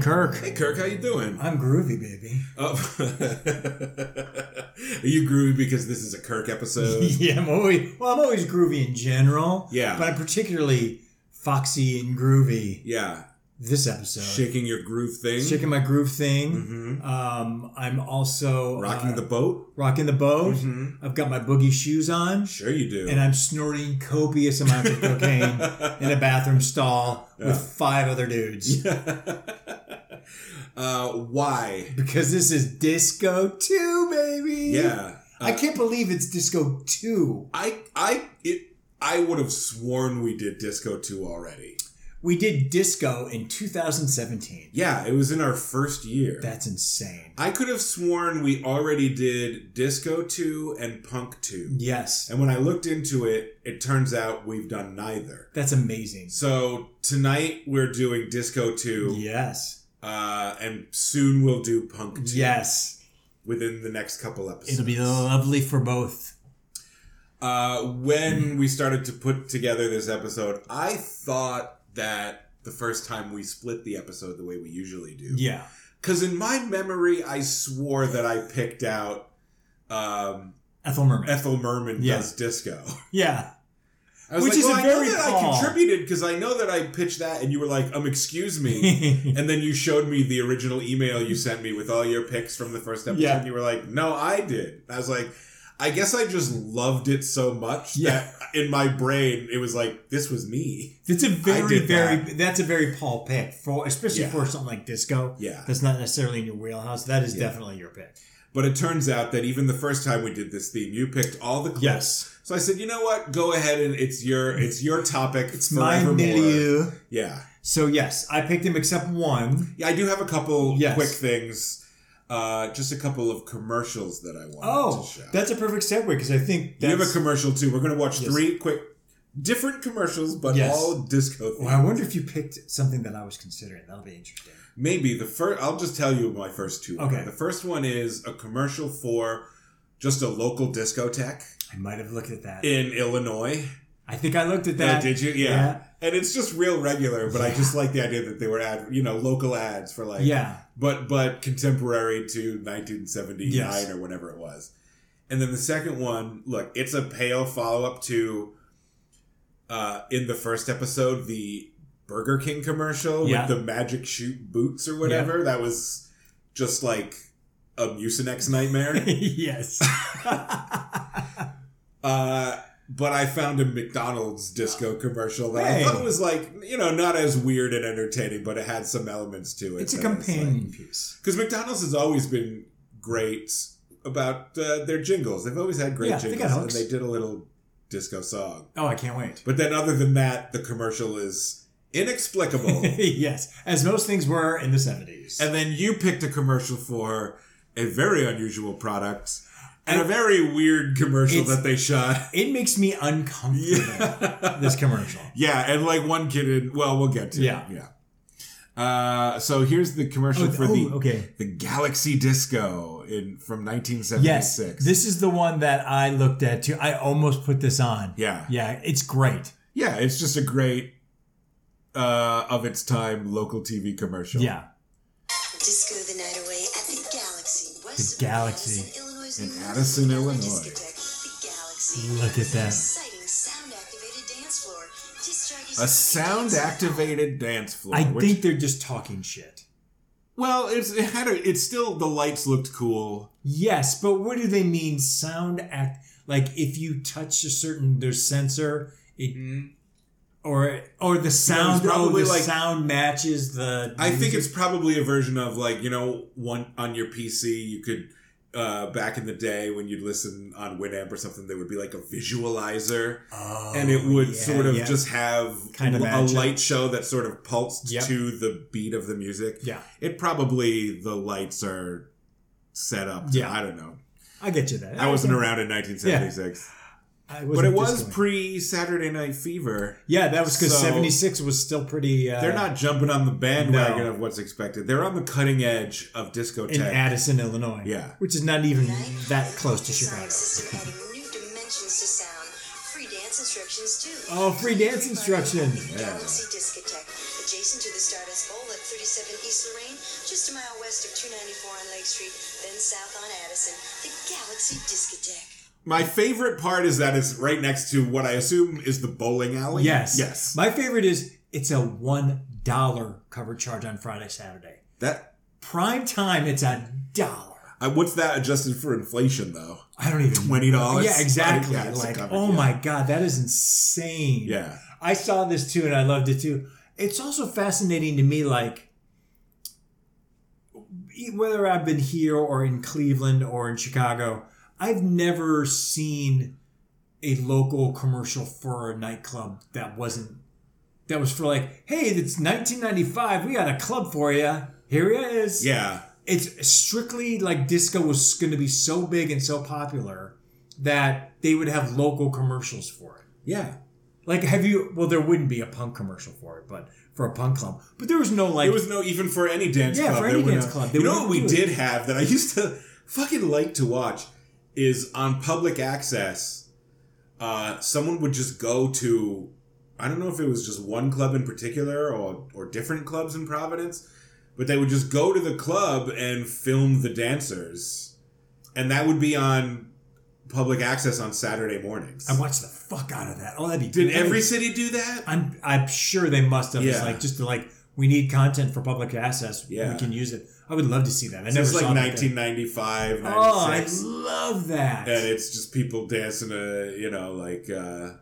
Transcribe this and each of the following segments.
Kirk. How you doing? I'm groovy, baby. Oh. Are you groovy because this is a Kirk episode? yeah, I'm always well. I'm always groovy in general. Uh, Yeah. but I'm particularly foxy and groovy yeah, this episode. shaking your groove thing, Shaking my groove thing. hmm Um, I'm also rocking uh, the boat. rocking the boat. Mhm. I've got my boogie shoes on, Sure, you do. and I'm snorting copious amounts of cocaine in a bathroom stall Yeah. with five other dudes uh, why? because this is Disco Two, baby. Yeah, I Uh, can't believe it's Disco Two. I, I, it, I would have sworn we did Disco Two already. We did disco in 2017. Yeah, it was in our first year. That's insane. I could have sworn we already did Disco 2 and Punk 2. Yes, And when I looked into it, it turns out we've done neither. that's amazing. So tonight we're doing Disco 2, Yes, uh, and soon we'll do Punk 2 yes. within the next couple episodes. It'll be lovely for both. Uh, when we started to put together this episode, I thought that the first time we split the episode the way we usually do. Yeah, Because in my memory, I swore that I picked out. Um, Ethel Merman. Ethel Merman Yeah. does disco. yeah, I was Which like, is a well, I know very that Paul. I contributed because I know that I pitched that, and you were like, um, excuse me. yeah. and then you showed me the original email you sent me with all your picks from the first episode, Yeah. and you were like, no, I did. I was like, I guess I just loved it so much that in my brain it was like, this was me. It's a very, did very. That's a very Paul pick for, especially Yeah. for something like disco. Yeah. That's not necessarily in your wheelhouse. That is Yeah. definitely your pick. But it turns out that even the first time we did this theme, you picked all the clips. Yes, So I said, you know what? Go ahead and it's your it's your topic. it's my milieu. Yeah. So yes, I picked him except one. Yeah, I do have a couple Yes. quick things. Uh, just a couple of commercials that I wanted Oh, to show. that's a perfect segue because I think you that's, have a commercial too. We're going to watch Yes. three quick, different commercials, but Yes. all disco. Well, I themed. wonder if you picked something that I was considering. That'll be interesting. Maybe the first. I'll just tell you my first two. Okay. The first one is a commercial for just a local discotheque I might have looked at that. in Illinois. I think I looked at That, that. did you? Yeah. And it's just real regular, but I just like the idea that they were ad, you know, local ads for like yeah. but but contemporary to 1979 Yes. or whenever it was. And then the second one, look, it's a pale follow up to uh, in the first episode the Burger King commercial Yeah. with the magic shoot boots or whatever. That was just like a Mucinex nightmare. yes. Uh, but I found a McDonald's disco commercial that Hey. I thought was like, you know, not as weird and entertaining, but it had some elements to it. it's a companion piece. Because McDonald's has always been great about uh, their jingles. They've always had great Yeah, they got jingles, and hooks. they did a little disco song. Oh, I can't wait. But then, other than that, the commercial is inexplicable. yes, as most things were in the 70s. and then you picked a commercial for a very unusual product and a very weird commercial It's- that they shot. it makes me uncomfortable, Yeah. this commercial. Yeah, and like one kid in. Well, we'll get to Yeah. it. Yeah. Uh, so here's the commercial Oh, for oh, the okay. the Galaxy Disco in from 1976. Yes, this is the one that I looked at too. I almost put this on. yeah, Yeah, it's great. yeah, it's just a great uh, of its time local TV commercial. Yeah. Disco the night away at the Galaxy, west The of Galaxy. Madison, Illinois. In Madison, Illinois. Discotheque, the Galaxy. Look at that. Exciting sound-activated dance floor. Disc jockeys a sound activated dance floor. I which- think they're just talking shit. well, it's it had a, it's still the lights looked cool. Yes, but what do they mean sound act? Like if you touch a certain their sensor, it or or the sound oh probably the like- sound matches the I think music. it's probably a version of like you know one on your PC you could uh, back in the day when you'd listen on Winamp or something there would be like a visualizer Oh, and it would yeah, sort of yeah. just have Kind of a match up. light show that sort of pulsed Yep. to the beat of the music. Yeah. It probably the lights are set up. To, Yeah. I don't know. I get you that. I wasn't around in 1976, I but wasn't it was discoing. pre Saturday Night Fever. Yeah, that was because so- 76 was still pretty uh, They're not jumping on the bandwagon No. of what's expected. They're on the cutting edge of discotheque. in Addison, Illinois. Yeah. Which is not even that close to Chicago. Chicago. System adding new dimensions to sound. Free dance instructions too. Oh, free dance instruction. The Galaxy Discotheque, adjacent Racing to the Stardust Bowl at 37 East Lorraine, just a mile west of 294 on Lake Street, then south on Addison, the Galaxy Discotheque. My favorite part is that it's right next to what I assume is the bowling alley. Yes. Yes. My favorite is it's a one dollar cover charge on Friday, Saturday. That. Prime time, it's a dollar. I, what's that adjusted for inflation though? I don't even Twenty dollars. Yeah, exactly. Yeah, it's a like, cover, oh yeah. my god, that is insane. Yeah. I saw this too, and I loved it too. It's also fascinating to me, like e, whether I've been here or in Cleveland or in Chicago, I've never seen a local commercial for a nightclub that wasn't that was for like, hey, it's 1995, we got a club for you. Here it is Yeah. it's strictly like disco was going to be so big and so popular that they would have local commercials for it. Yeah. Like, have you? Well, there wouldn't be a punk commercial for it, but for a punk club. But there was no like. There was no even for any dance Yeah, club. for there any were dance no- club, they You know wouldn't what we do it. did have that I used to fucking like to watch is on public access. Uh, someone would just go to, I don't know if it was just one club in particular or or different clubs in Providence, but they would just go to the club and film the dancers, and that would be on public access on Saturday mornings. I watched the fuck out of that. Oh, that'd be. Did great. every city do that? I'm I'm sure they must have. It's Yeah. like just to like we need content for public access. Yeah. we can use it. I would love to see that. I never It's saw like that thing. 1995, Oh, I 96. love that. and it's just people dancing a you know like uh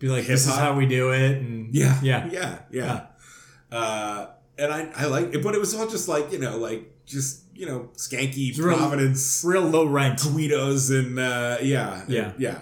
be like, this is hip-hop. how we do it, and yeah yeah, yeah yeah uh and i i like it but it was all just like you know like just you know skanky It's real- providence real low rent. guidos and uh yeah and- Yeah. yeah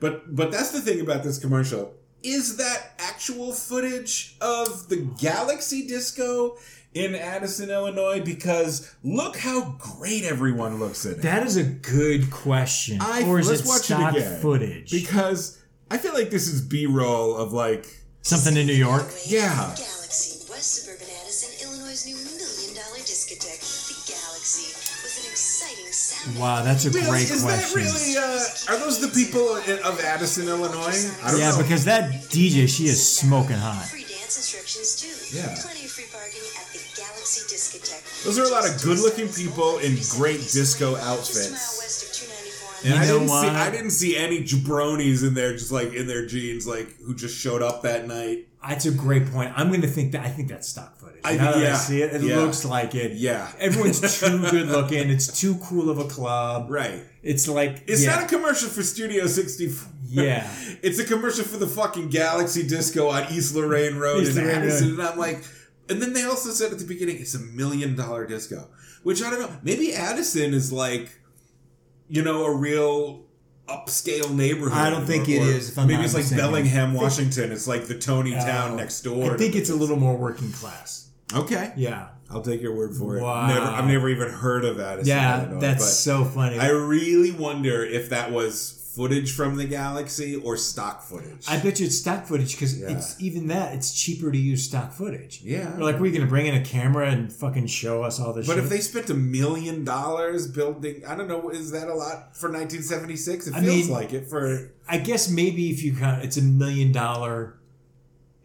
but but that's the thing about this commercial is that actual footage of the galaxy disco in addison illinois because look how great everyone looks in it That is a good question. I- or is let's it watch it stock again. footage? because i feel like this is b-roll of like Something in New York. Highway, Yeah. Galaxy, West Suburban Addison, Illinois' new million dollar discotheque, the Galaxy, with an exciting sound. Wow, that's a Really, great is question. that really? Uh, are those the people i- of Addison, Illinois? I don't Yeah, know. because that DJ, she is smoking hot. Free dance instructions too. Yeah. Plenty of free parking at the Galaxy Discotheque. Those are a lot of good-looking people in great disco Just a mile outfits. west of 294 on Yeah. I You know didn't see what? I didn't see any jabronis in there, just like in their jeans, like who just showed up that night. That's a great point. I'm going to think that I think that's stock footage. I- now that I yeah, see it, it yeah. looks like it. Yeah, Everyone's too good looking. It's too cool of a club. right. It's like It's yeah, not a commercial for Studio 64. Yeah. it's a commercial for the fucking Galaxy Disco on East Lorraine Road East in Lorraine Addison. Road. And I'm like, and then they also said at the beginning, it's a million dollar disco, which I don't know. Maybe Addison is like, you know, a real upscale neighborhood. I don't think it is, if I'm maybe not it's like mistaken. Bellingham, Washington. It's like the Tony Oh. town next door. I think it's a little more working class. okay. Yeah, I'll take your word for it. Wow. Never, I've never even heard of Addison. yeah, Illinois, that's but- so funny. I really wonder if that was footage from the galaxy or stock footage. I bet you it's stock footage because Yeah. it's even that it's cheaper to use stock footage. Yeah. They're like, we're gonna bring in a camera and fucking show us all this. but shit? if they spent a million dollars building, I don't know, is that a lot for 1976? It I feels mean- like it for. I guess maybe if you count, it's a million dollar.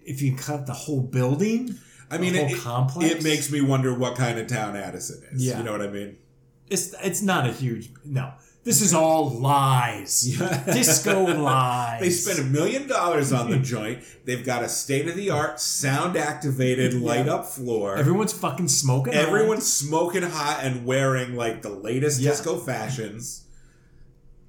If you cut the whole building, I mean, whole it, complex? it makes me wonder what kind of town Addison is. Yeah. You know what I mean? it's it's not a huge no. This is all lies, disco lies. They spent a million dollars on the joint. They've got a state of the art, sound activated, light up floor. Everyone's fucking smoking. hot. Everyone's smoking hot and wearing like the latest Yeah. disco fashions.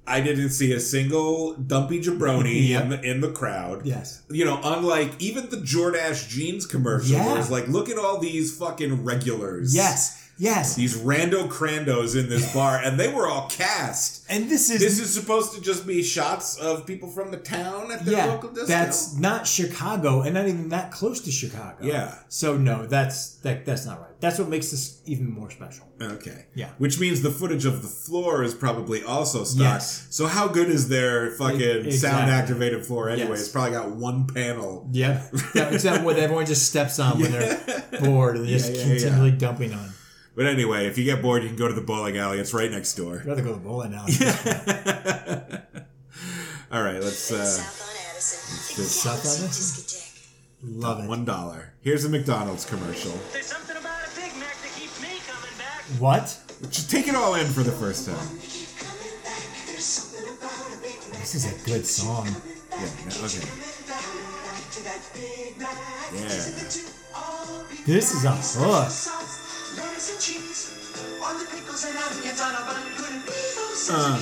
I didn't see a single dumpy jabroni Yep. in the in the crowd. yes. You know, unlike even the Jordache jeans commercial, Yeah. where it's like, look at all these fucking regulars. Yes. Yes. These rando crandos in this bar, and they were all cast. And this is This is supposed to just be shots of people from the town at their yeah, local disco. that's not Chicago, and not even that close to Chicago. Yeah. So no, that's that, that's not right. That's what makes this even more special. Okay. Yeah. Which means the footage of the floor is probably also stock. Yes. E-, So how good is their fucking Exactly. sound activated floor anyway? Yes. It's probably got one panel. Yep. Except what everyone just steps on when they're bored and they're just Yeah, yeah, yeah. continually dumping on. But anyway, if you get bored, you can go to the bowling alley. It's right next door. I'd rather go to bowling now. All right, let's. Then Uh, south on Addison, the South on Galaxy Addison? Discotheque. Love it. One dollar. Here's a McDonald's commercial. There's something about a Big Mac that keeps me coming back. What? Just take it all in for the first time. This is a good song. Yeah. no, Okay. Yeah. This is a hook. Uh,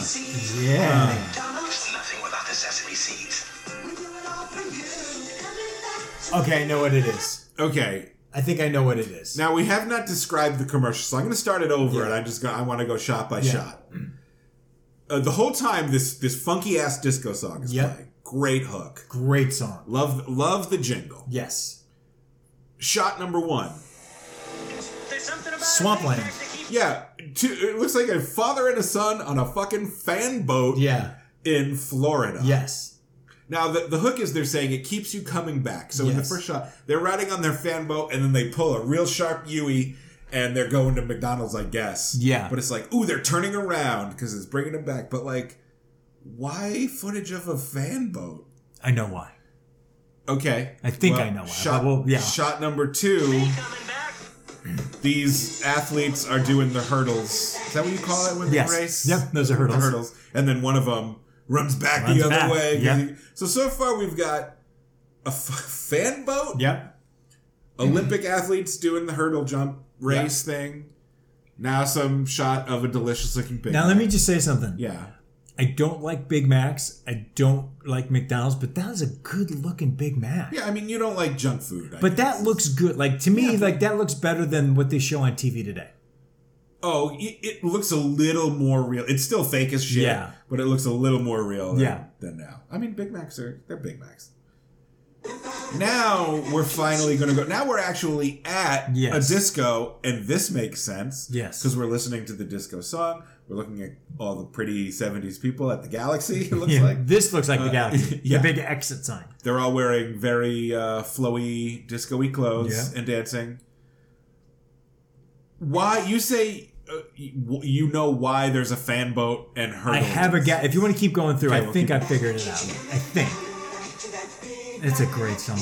Yeah. Nothing without the sesame seeds. Okay, I know what it is. Okay. I think I know what it is. Now we have not described the commercial, so I'm going to start it over, Yeah. and I just got, I want to go shot by Yeah. shot. Uh, the whole time, this this funky ass disco song is Yeah. playing. Great hook. Great song. Love love the jingle. Yes. Shot number one. There's something about Swampland. a Big Mac that keeps Yeah, two, it looks like a father and a son on a fucking fan boat Yeah. in Florida. Yes. Now the, the hook is they're saying it keeps you coming back. So in the Yes. first shot, they're riding on their fan boat and then they pull a real sharp Yui and they're going to McDonald's, I guess. Yeah. But it's like, ooh, they're turning around because it's bringing them back. But like, why footage of a fan boat? I know why. Okay, I think I know why, Shot, but we'll- yeah. shot number two. me coming back. These athletes are doing the hurdles. Is that what you call it when they Yes. race? Yep, those are hurdles. The hurdles. And then one of them runs back Runs the other back, way. yeah. So, so far we've got a f- fan boat, Yep. Olympic athletes doing the hurdle jump race thing. Now some shot of a delicious looking Big Now let Mac. me just say something. Yeah. I don't like Big Macs. I don't like McDonald's, but that is a good looking Big Mac. Yeah, I mean, you don't like junk food. I But guess. that looks good. Like to me, like that looks better than what they show on TV today. Oh, it, it looks a little more real. It's still fake as shit. Yeah. But it looks a little more real than, Yeah. than now. I mean, Big Macs are, they're Big Macs. Now we're finally going to go. Now we're actually at Yes. a disco, and this makes sense. Yes. Because we're listening to the disco song. We're looking at all the pretty 70s people at the galaxy, it looks Yeah, like. this looks like the Uh, galaxy. yeah. The big exit sign. They're all wearing very uh, flowy, disco y clothes Yeah. and dancing. Why? You say uh, y- w- you know why there's a fan boat and hurdles. I have a guess. If you want to keep going through, Okay, I we'll think keep- I figured it out. I think it's a great song.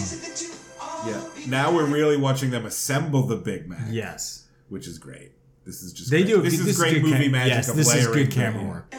Yeah. Now we're really watching them assemble the Big Mac. Yes, Which is great. This is just they great. do. This, is great good movie cam- magic. Yes, of this is layering good camera the- work.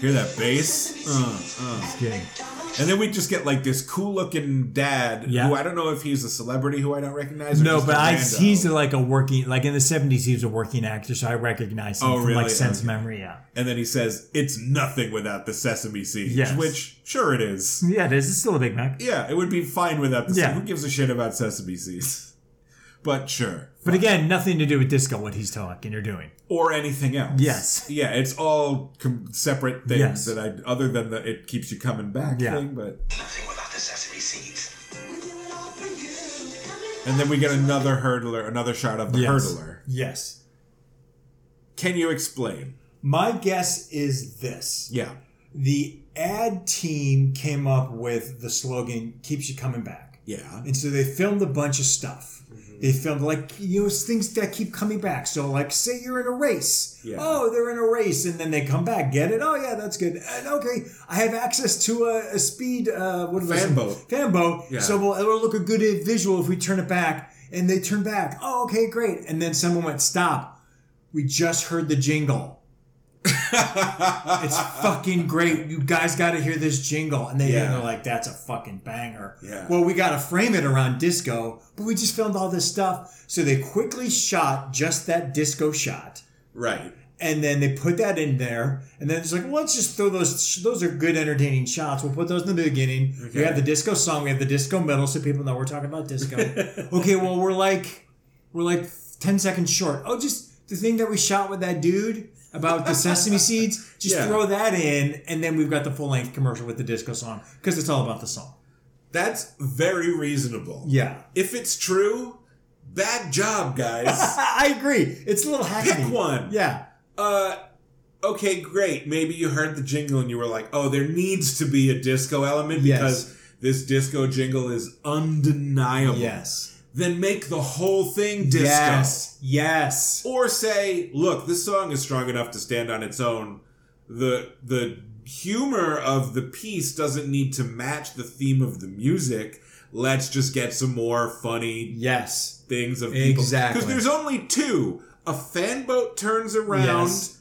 Hear that bass? Uh, uh. It's good. And then we just get like this cool looking dad Yeah. who I don't know if he's a celebrity who I don't recognize. Or No, just but a I rando. he's like a working like in the seventies he was a working actor, so I recognize him Oh, from really? like sense Okay. memory. Yeah, And then he says, "It's nothing without the sesame seeds," Yes. which sure it is. yeah, it is. It's still a Big Mac. Yeah, it would be fine without the. Yeah. Who gives a shit about sesame seeds? But sure, But again, nothing to do with disco. What he's talking or doing. or anything else. Yes. Yeah, it's all com- separate things Yes. that I, other than the it keeps you coming back Yeah. thing. But Nothing without the sesame seeds. and then we get another hurdler, another shot of the Yes. hurdler. Yes. Can you explain? My guess is this. Yeah. The ad team came up with the slogan keeps you coming back. Yeah. Uh-huh. And so they filmed a bunch of stuff. Mm-hmm. They filmed like you know it's things that keep coming back. So like say you're in a race. Yeah. Oh, they're in a race, and then they come back. Get it? Oh yeah, that's good. And okay, I have access to a, a speed uh, what was Fan it? boat. Fan boat. Yeah. So we'll, it'll look a good visual if we turn it back. And they turn back. Oh, okay, great. And then someone went stop. We just heard the jingle. It's fucking great. You guys got to hear this jingle. And they Yeah. and they're like, that's a fucking banger. Yeah. Well, we got to frame it around disco, but we just filmed all this stuff. So they quickly shot just that disco shot. right. And then they put that in there. And then it's like, well, let's just throw those. Those are good, entertaining shots. We'll put those in the beginning. Okay. We have the disco song. We have the disco middle so people know we're talking about disco. okay, well, we're like, we're like 10 seconds short. Oh, just the thing that we shot with that dude about the sesame seeds. Just Yeah. throw that in. And then we've got the full length commercial with the disco song because it's all about the song. That's very reasonable. Yeah. If it's true, bad job, guys. I agree. It's a little hackneyed. one. Yeah. uh okay great maybe you heard the jingle and you were like oh there needs to be a disco element Yes. because this disco jingle is undeniable Yes. then make the whole thing disco Yes. Yes. or say look this song is strong enough to stand on its own the the humor of the piece doesn't need to match the theme of the music. Let's just get some more funny Yes. things of Exactly. Because there's only two. A fanboat turns around, Yes.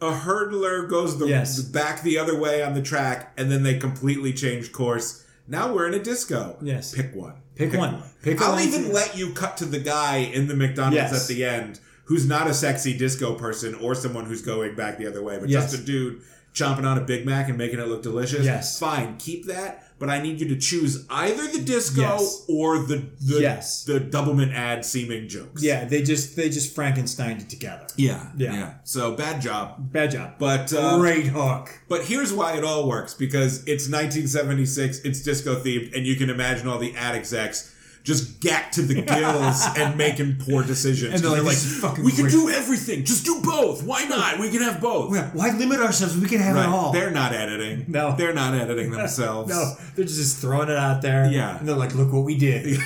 a hurdler goes the Yes. back the other way on the track, and then they completely change course. Now we're in a disco. Yes. Pick one. Pick one. Pick a I'll line even to- let you cut to the guy in the McDonald's Yes. at the end who's not a sexy disco person or someone who's going back the other way, but Yes. just a dude chomping on a Big Mac and making it look delicious. Yes. Fine, keep that. But I need you to choose either the disco Yes. or the the, Yes. the doublemint ad seeming jokes. Yeah, they just they just Frankensteined it together. Yeah. Yeah. So bad job. Bad job. But uh, Great hook. but here's why it all works because it's 1976, it's disco themed, and you can imagine all the ad execs just gacked to the gills and making poor decisions. And they're 'Cause like, "This is fucking we can great." do everything. Just do both. Why not? We can have both. Yeah, Why limit ourselves? We can have Right. it all. They're not editing. No. They're not editing themselves. no, they're just throwing it out there. Yeah. And they're like, look what we did.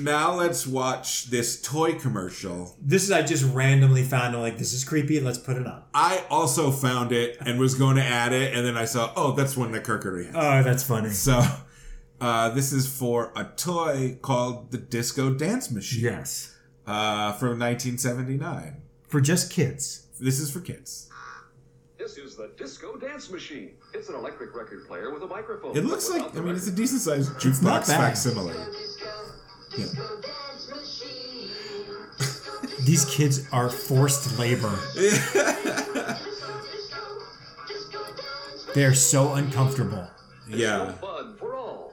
Now let's watch this toy commercial. this is, I just randomly found, I'm like, this is creepy. Let's put it on. I also found it and was going to add it, and then I saw, oh, that's one that Kirkery had. Oh, that's funny. So uh, this is for a toy called the Disco Dance Machine Yes. uh, from 1979. For just kids. This is for kids. This is the Disco Dance Machine. It's an electric record player with a microphone. It looks like, I mean, it's a decent sized not jukebox bad. facsimile. Yeah. These kids are forced labor. They're so uncomfortable. Yeah. fun for all.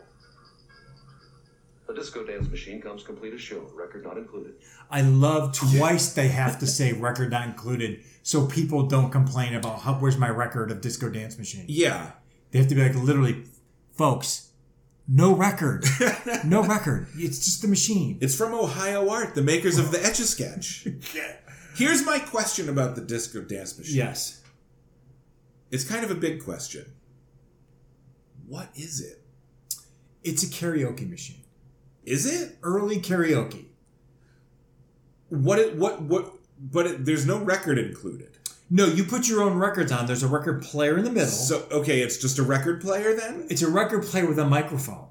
The Disco Dance Machine comes complete as shown, record not included. I love twice they have to say record not included so people don't complain about how, where's my record of Disco Dance Machine. Yeah. They have to be like, literally, folks, no record. No record. It's just the machine. It's from Ohio Art, the makers of the Etch a Sketch. Here's my question about the Disco Dance Machine. Yes. It's kind of a big question. What is it? It's a karaoke machine. Is it? Early karaoke. What it, what, what, but it, there's no record included. No, you put your own records on. There's a record player in the middle. So, okay, it's just a record player then? it's a record player with a microphone.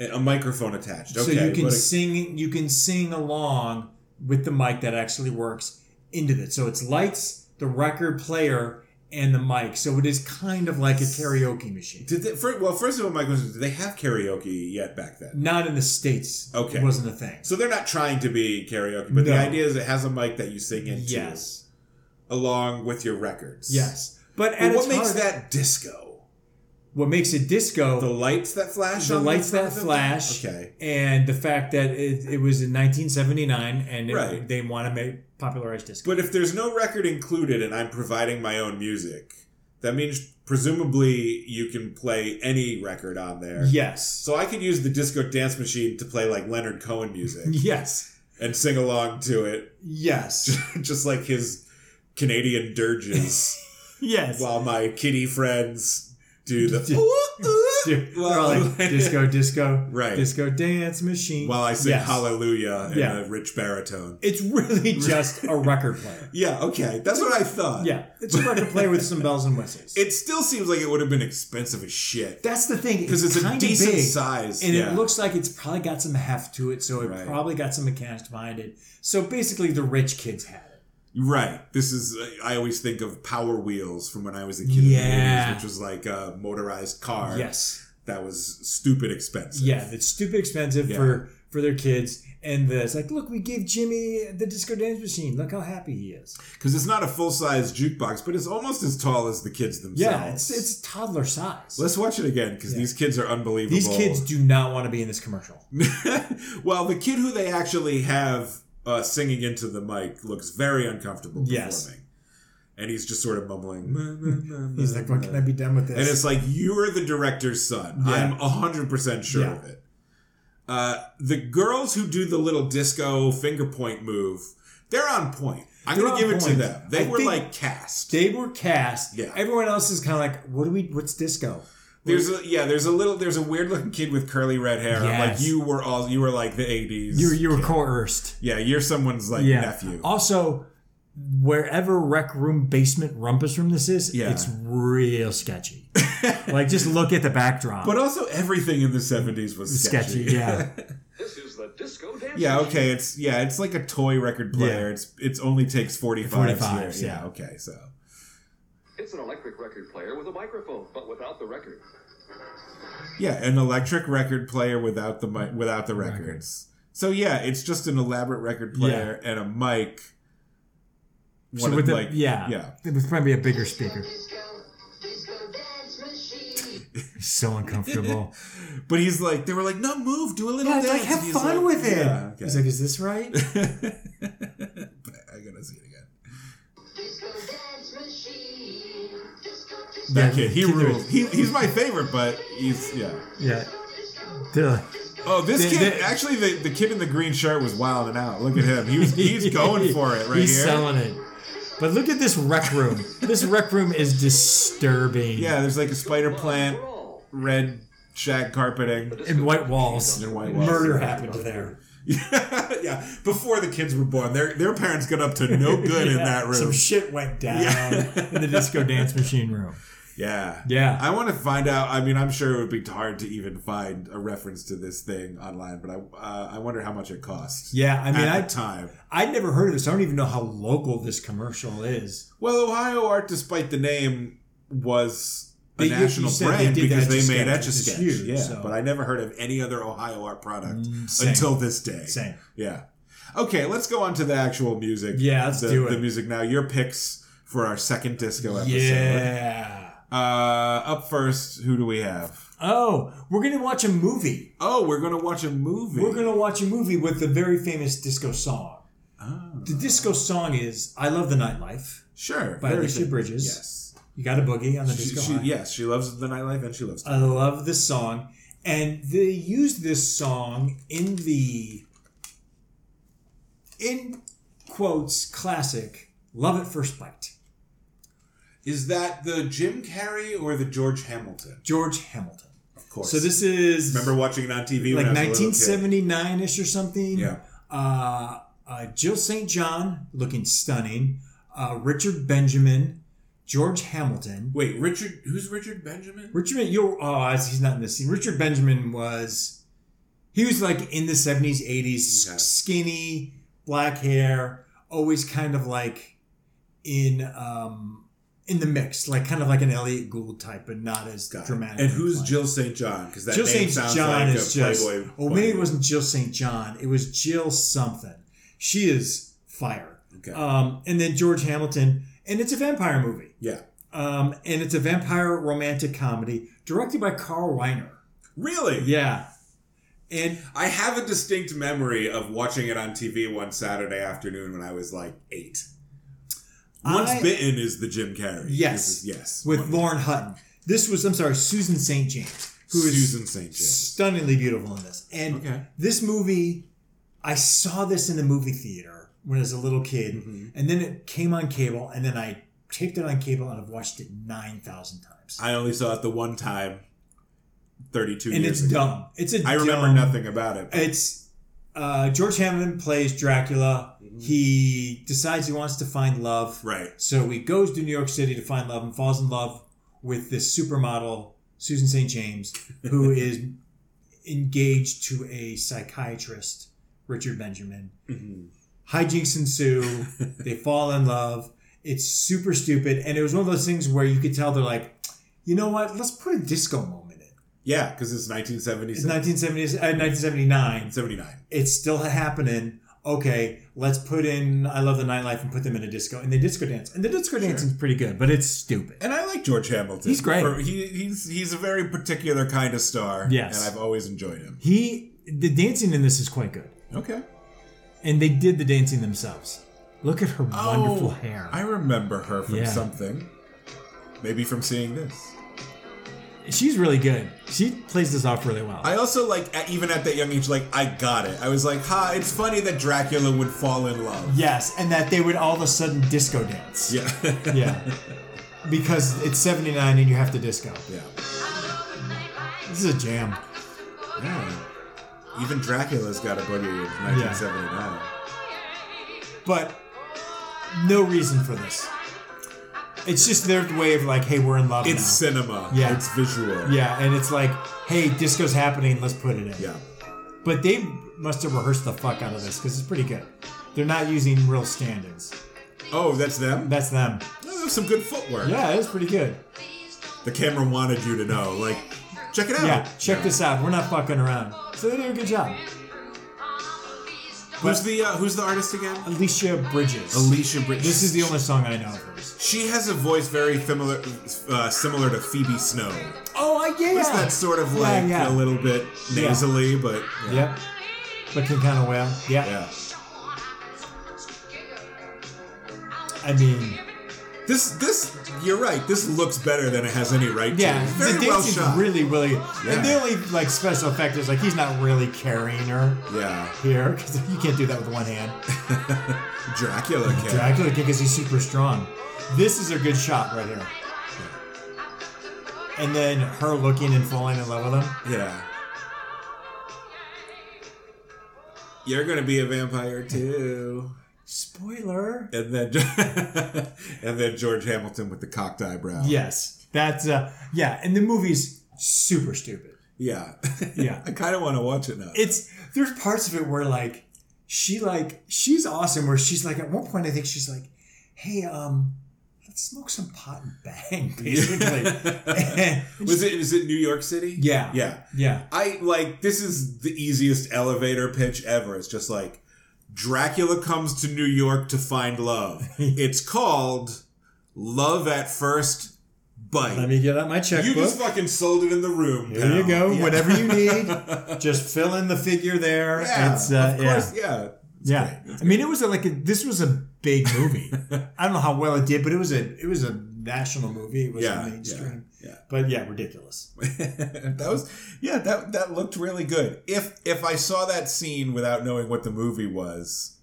a microphone attached. so Okay, you can but- sing you can sing along with the mic that actually works into it. So it's lights, the record player, and the mic. So it is kind of like a karaoke machine. did they, fir- well, first of all, my question: is, Did they have karaoke yet back then? Not in the states. Okay. It wasn't a thing. So they're not trying to be karaoke, but the No. idea is it has a mic that you sing into, yes. along with your records. Yes. But But at what its makes heart- that disco? what makes it disco The lights that flash. the on lights front that of it? flash Okay. and the fact that it, it was in 1979 and it- Right. they want to make popularize disco But if there's no record included, and I'm providing my own music, that means presumably you can play any record on there. yes So I could use the disco dance machine to play like Leonard Cohen music yes and sing along to it. yes just like his Canadian dirges, yes while my kitty friends do the Dude, they're all while, like, disco, disco, Right. disco dance machine. while I sing Yes. Hallelujah in Yeah. a rich baritone. It's really just a record player. Yeah, okay, that's what I thought. Yeah, it's a record player with some bells and whistles. it still seems like it would have been expensive as shit That's the thing because it's, a kinda decent big, size, and yeah. it looks like it's probably got some heft to it. So it Right. probably got some mechanics behind it. So basically, the rich kids had it. right. This is I always think of Power Wheels from when I was a kid, in the 80s, Yeah. which was like a motorized car. Yes, that was stupid expensive. yeah, it's stupid expensive Yeah. for for their kids. And the, it's like, look, we gave Jimmy the disco dance machine. Look how happy he is. because it's not a full size jukebox, but it's almost as tall as the kids themselves. Yeah, it's it's toddler size. Let's watch it again because these kids are unbelievable. These kids do not want to be in this commercial. well, the kid who they actually have uh, singing into the mic looks very uncomfortable Yes. performing, and he's just sort of mumbling. He's like, when can I be done with this? and it's like you're the director's son. Yeah. I'm hundred percent sure Yeah. of it. Uh, the girls who do the little disco finger point move, they're on point. I'm They're gonna on give it to point. them. They I were think- like cast. they were cast. Yeah. Everyone else is kind of like, what do we? What's disco? There's a yeah, there's a little there's a weird looking kid with curly red hair. I'm Yes. Like you were all you were like the eighties. You you were coerced. yeah, you're someone's like yeah. nephew. Also, wherever rec room, basement, rumpus room this is, Yeah. it's real sketchy. like just look at the backdrop. But also, everything in the '70s was sketchy. sketchy, yeah. This is the disco dance. Yeah, okay, it's yeah, it's like a toy record player. Yeah. It's it's only takes 45 45s, years. Yeah. yeah. okay, so. It's an electric record player with a microphone, but without the record. Yeah, an electric record player without the mi- without the records. So yeah, it's just an elaborate record player and a mic. so One with of, the, like- yeah, yeah. it would probably be a bigger speaker. So uncomfortable. But he's like, they were like, no, move, do a little yeah, it's dance. like And have he's fun like, with it. Yeah, okay. He's like, is this right? I gotta see it again. That Yeah, kid, he kid there rules. is- He, he's my favorite, but he's yeah. yeah. They're like, Oh, this They- kid they- actually the, the kid in the green shirt was wilding out. Look at him. He was he's going for it right He's here. selling it. But look at this rec room. this rec room is disturbing. Yeah, there's like a spider plant, For all. red shag carpeting. And white walls. And white walls. Murder happened there. yeah, before the kids were born, their their parents got up to no good in Yeah, that room. Some shit went down Yeah. in the disco dance machine room. yeah, Yeah. I want to find out. I mean, I'm sure it would be hard to even find a reference to this thing online, but I uh, I wonder how much it costs. Yeah, I mean, at I- the time. I'd never heard of this. I don't even know how local this commercial is. Well, Ohio Art, despite the name, was a They- you- you national said brand they did because they Etch-a-Sketch, made which Etch a is Sketch. huge, Yeah, so- Mm, but I never heard of any other Ohio Art product same. until this day. Same. Yeah. Okay, let's go on to the actual music. Yeah, let's the, do it. The music now. Your picks for our second disco episode. Yeah. Uh, up first, who do we have? Oh, we're gonna watch a movie. Oh, we're gonna watch a movie. We're gonna watch a movie with the very famous disco song. Oh, The disco song is "I Love the Nightlife." sure. By Very Alicia good. Bridges. Yes. You got a boogie on the She, disco. she, high. yes, she loves the nightlife and she loves. I love this song. And they used this song in the in quotes classic Love at First Bite. Is that the Jim Carrey or the George Hamilton? George Hamilton. Of course. So this is Remember watching it on TV like when I was a little kid. 1979 ish or something. Yeah. Uh, uh, Jill St. John looking stunning. Uh, Richard Benjamin, George Hamilton. Wait, Richard. Who's Richard Benjamin? Richard, you oh, he's not in this scene. Richard Benjamin was, he was like in the seventies, eighties, Okay. skinny, black hair, always kind of like in um in the mix, like kind of like an Elliot Gould type, but not as Got it. dramatic. And who's inclined. Jill St. John? Because that Jill name St. sounds John like is a just. Playboy. Oh, maybe it wasn't Jill St. John. It was Jill something. She is fire. Okay. Um, and then George Hamilton, and it's a vampire movie. yeah. Um, and it's a vampire romantic comedy directed by Carl Reiner. Really? Yeah. And I have a distinct memory of watching it on TV one Saturday afternoon when I was like eight. Once I- bitten is the Jim Carrey. Yes. This is- yes. with Once- Lauren Hutton. This was, I'm sorry, Susan St. James, who is Susan St. James. stunningly beautiful in this. And Okay. this movie, I saw this in the movie theater when I was a little kid, Mm-hmm. and then it came on cable, and then I taped it on cable, and I've watched it 9,000 times. I only saw it the one time, thirty-two and years it's ago. dumb. It's a I remember dumb- nothing about it. but- It's uh, George Hamilton plays Dracula. He decides he wants to find love. right. So he goes to New York City to find love and falls in love with this supermodel, Susan St. James, who is engaged to a psychiatrist, Richard Benjamin. Mm-hmm. Hijinks ensue. they fall in love. It's super stupid. And it was one of those things where you could tell they're like, you know what? Let's put a disco moment in. Yeah, because it's 1976. It's 1970s, uh, 1979 79. it's still happening. Okay, let's put in I Love the Nightlife and put them in a disco and they disco dance. And the disco dancing's pretty good, but it's stupid. And I like George Hamilton. He's great. For- he, he's he's a very particular kind of star. Yes. And I've always enjoyed him. He the dancing in this is quite good. Okay. And they did the dancing themselves. Look at her wonderful Oh, hair. I remember her from Yeah. something. Maybe from seeing this. She's really good. She plays this off really well. I also like, at- even at that young age, like, I got it. I was like, ha, it's funny that Dracula would fall in love. yes, and that they would all of a sudden disco dance. Yeah. Yeah. because it's 79 and you have to disco. yeah. This is a jam. Yeah. Even Dracula's got a boogie in 1979. But no reason for this. It's just their way of like, hey, we're in love It's now. cinema. Oh, Yeah. It's visual. yeah, and it's like, hey, disco's happening. Let's put it in. Yeah. But they must have rehearsed the fuck out of this because it's pretty good. They're not using real stand-ins. Oh, that's them? That's them. Oh, that's some good footwork. Yeah, it's pretty good. The camera wanted you to know. Like, check it out. Yeah, check this out. We're not fucking around. So they did a good job. Who's the uh, Who's the artist again? Alicia Bridges. Alicia Bridges. This is the only song I know of hers. She has a voice very similar, uh, similar to Phoebe Snow. Oh, I yeah. It's that sort of like yeah. a little bit Yeah. nasally, but yeah. Yep. Looking kind of well. Yeah. Yeah. I mean, This this you're right. This looks better than it has any right yeah. to. Very the well dancing's shot. really, really. Yeah. And the only like special effect is like he's not really carrying her yeah. here because you can't do that with one hand. Dracula can. Dracula because he's super strong. This is a good shot right here. And then her looking and falling in love with him. yeah. You're gonna be a vampire too. Spoiler. And then and then George Hamilton with the cocked eyebrow. Yes, that's uh, yeah. And the movie's super stupid. Yeah. Yeah. I kinda wanna watch it now. It's there's parts of it where like she like she's awesome. Where she's like at one point I think she's like, hey um, let's smoke some pot and bang basically. was it is it New York City? yeah, Yeah. yeah. I like this is the easiest elevator pitch ever. It's just like Dracula comes to New York to find love. it's called Love at First Bite. Let me get out my you checkbook. just fucking sold it in the room. There you pal. go. Yeah. Whatever you need, just fill in the figure there. Yeah, it's, uh, of course. Yeah. yeah, yeah. I mean, it was a, like a, this was a big movie. I don't know how well it did, but it was a it was a national movie. It was Yeah, mainstream. yeah, yeah. But yeah, ridiculous. that was yeah. That that looked really good. If if I saw that scene without knowing what the movie was,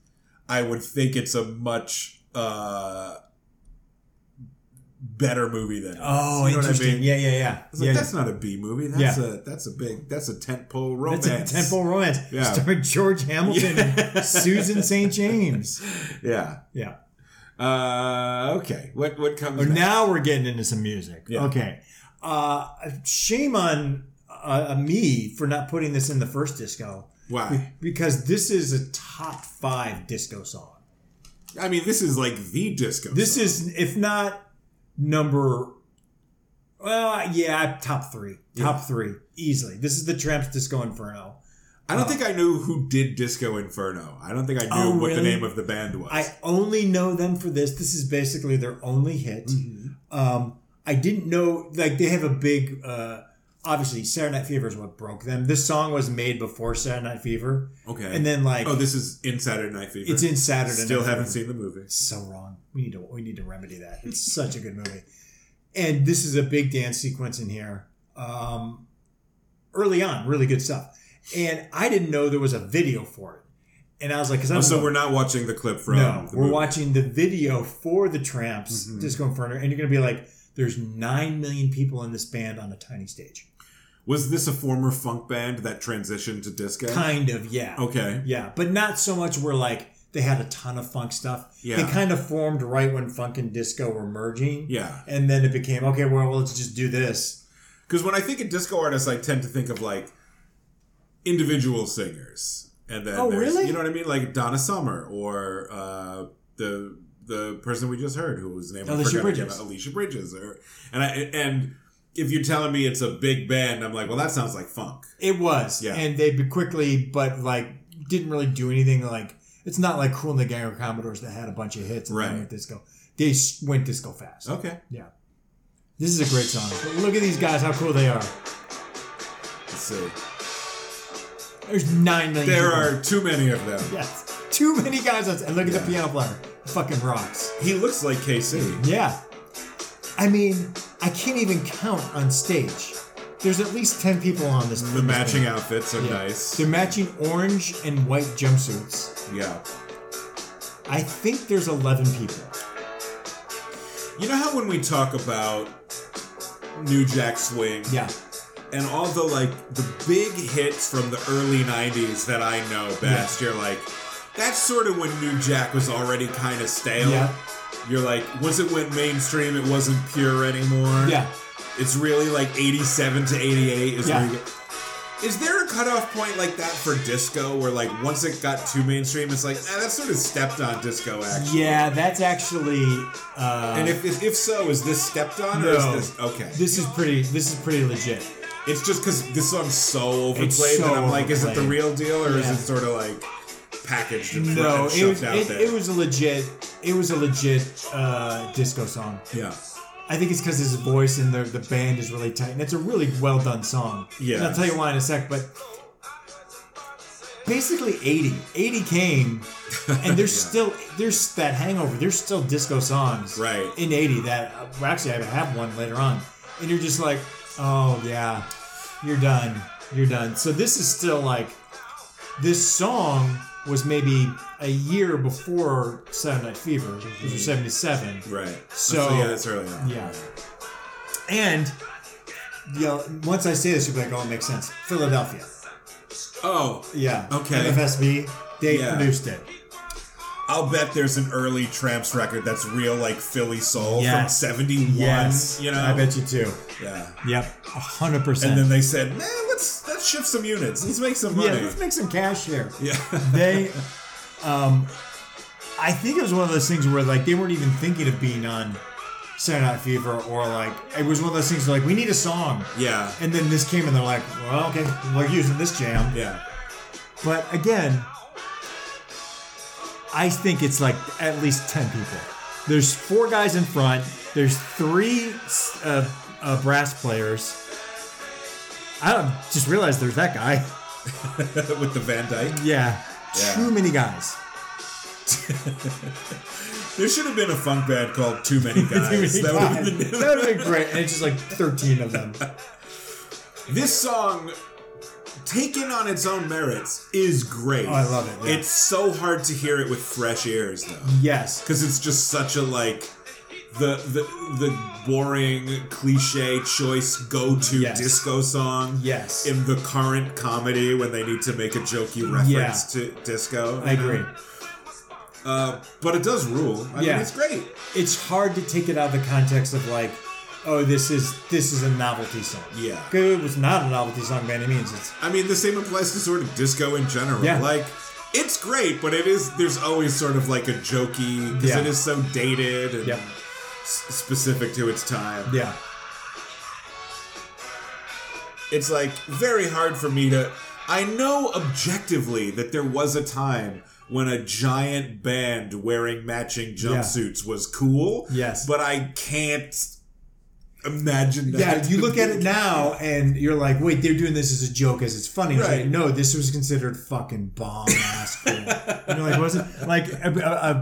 I would think it's a much uh better movie than. it is. Oh, You know what I interesting. mean? Yeah, yeah, yeah. I was like, yeah, that's not a B movie. That's Yeah. a that's a big that's a tentpole romance. That's a temple romance Yeah. starring George Hamilton Yeah. and Susan St. James. Yeah. Yeah. Uh, okay. What what comes But next? now we're getting into some music. Yeah. Okay. Uh, shame on uh, me for not putting this in the first disco Why? because this is a top five disco song. I mean, this is like the disco. This song. is, if not number, well, yeah, top three. Top three, easily. This is the Tramps Disco Inferno. I don't think I knew who did Disco Inferno. I don't think I knew Oh, what the really? name of the band was. I only know them for this. This is basically their only hit. Mm-hmm. Um, I didn't know like they have a big uh, obviously Saturday Night Fever is what broke them. This song was made before Saturday Night Fever, okay. and then like oh, this is in Saturday Night Fever. it's in Saturday. Still Night haven't Fever. seen the movie. So wrong. We need to we need to remedy that. It's such a good movie, and this is a big dance sequence in here. Um, early on, really good stuff, and I didn't know there was a video for it. And I was like, because I'm Oh, so we're not watching the clip from. no, the we're movie. Mm-hmm. watching the video for the Tramps Disco Inferno, and you're gonna be like, "There's nine million people in this band on a tiny stage." Was this a former funk band that transitioned to disco? Kind of, yeah, Okay. yeah, but not so much. Where like they had a ton of funk stuff. Yeah. they kind of formed right when funk and disco were merging. Yeah. and then it became okay. Well, let's just do this. Because when I think of disco artists, I tend to think of like individual singers, and then Oh, there's- really? You know what I mean? Like Donna Summer or uh, the the person we just heard, who was named Alicia Bridges. Alicia Bridges, or and I and if you're telling me it's a big band, I'm like, well, that sounds like funk. It was, Yeah. and they quickly, but like didn't really do anything. Like it's not like Cool and the Gang or Commodores that had a bunch of hits and then Right. went disco. They s- went disco fast. Okay, Yeah. This is a great song. Look at these guys, how cool they are. let's see. There's nine million. There people. are too many of them. yes, too many guys. On, and look at Yeah. the piano player. Fucking rocks. He looks like KC. Yeah. I mean, I can't even count on stage. There's at least ten people on this. The matching outfits are Yeah. nice. They're matching orange and white jumpsuits. Yeah. I think there's eleven people. You know how when we talk about New Jack Swing, Yeah. and all the like the big hits from the early 90s that i know best you're like That's sort of when New Jack was already kind of stale. Yeah. You're like, once it went mainstream, it wasn't pure anymore. Yeah. It's really like 87 to 88 is Yeah. when you get. Is there a cutoff point like that for disco where, like, once it got too mainstream, it's like, ah, that sort of stepped on disco, actually? Yeah, that's actually. Uh, And if, if, if so, is this stepped on or is No. this. Okay. this is pretty, this is pretty legit. It's just because this song's so overplayed It's so that I'm like, is it the overplayed. real deal or is Yeah. it sort of like packaged and No, shoved it was out it, there? it was a legit it was a legit uh, disco song. yeah. I think it's because his voice and the the band is really tight, and it's a really well done song. Yeah. and I'll tell you why in a sec. But basically, 80. 80 came, and there's Yeah. still there's that hangover. There's still disco songs Right. in 80 that well, actually I have one later on, and you're just like, oh yeah, you're done, you're done. So this is still like this song was maybe a year before Saturday Night Fever, which was 77. Mm-hmm. Right. So- yeah, that's early on. Yeah. And you know, once I say this, you'll be like, oh, it makes sense. Philadelphia. Oh, Yeah. Okay. MFSB. They Yeah. produced it. I'll bet there's an early Tramps record that's real like Philly soul Yes. from '71. You know, I bet you too. Yeah. Yep. hundred And then percent. they said, man, let's let's shift some units. Let's make some Yeah, money. let's make some cash here. Yeah. They um I think it was one of those things where like they weren't even thinking of being on Saturday Night Fever or like it was one of those things where, like we need a song. yeah. And then this came and they're like, well, okay, we're using this jam. Yeah. But again, I think it's like at least 10 people. There's four guys in front, there's three uh, uh, brass players. I don't just realized there's that guy. With the Van Dyke. Yeah, Yeah. too many guys. There should have been a funk band called Too Many Guys. That would have been- that would be great. And it's just like 13 of them. This song, taken on its own merits, is great. Oh, I love it, yeah. It's so hard to hear it with fresh ears, though. Yes. because it's just such a like the the the boring cliche choice go to Yes. disco song. Yes. In the current comedy, when they need to make a jokey reference to disco, I you know? agree. Uh, but it does rule. I Yeah. mean, it's great. it's hard to take it out of the context of like, oh, this is this is a novelty song. Yeah. 'Cause it was not a novelty song by any means. It's I mean, the same applies to sort of disco in general. Yeah. Like, it's great, but it is. There's always sort of like a jokey because Yeah. it is so dated and Yep. s- specific to its time. yeah, it's like very hard for me to I know objectively that there was a time when a giant band wearing matching jumpsuits was cool. Yes. But I can't imagine that. yeah. You look at it now and you're like, wait, they're doing this as a joke, as it's funny. It's like, Right. no, this was considered fucking bomb ass cool. you know, like wasn't like a,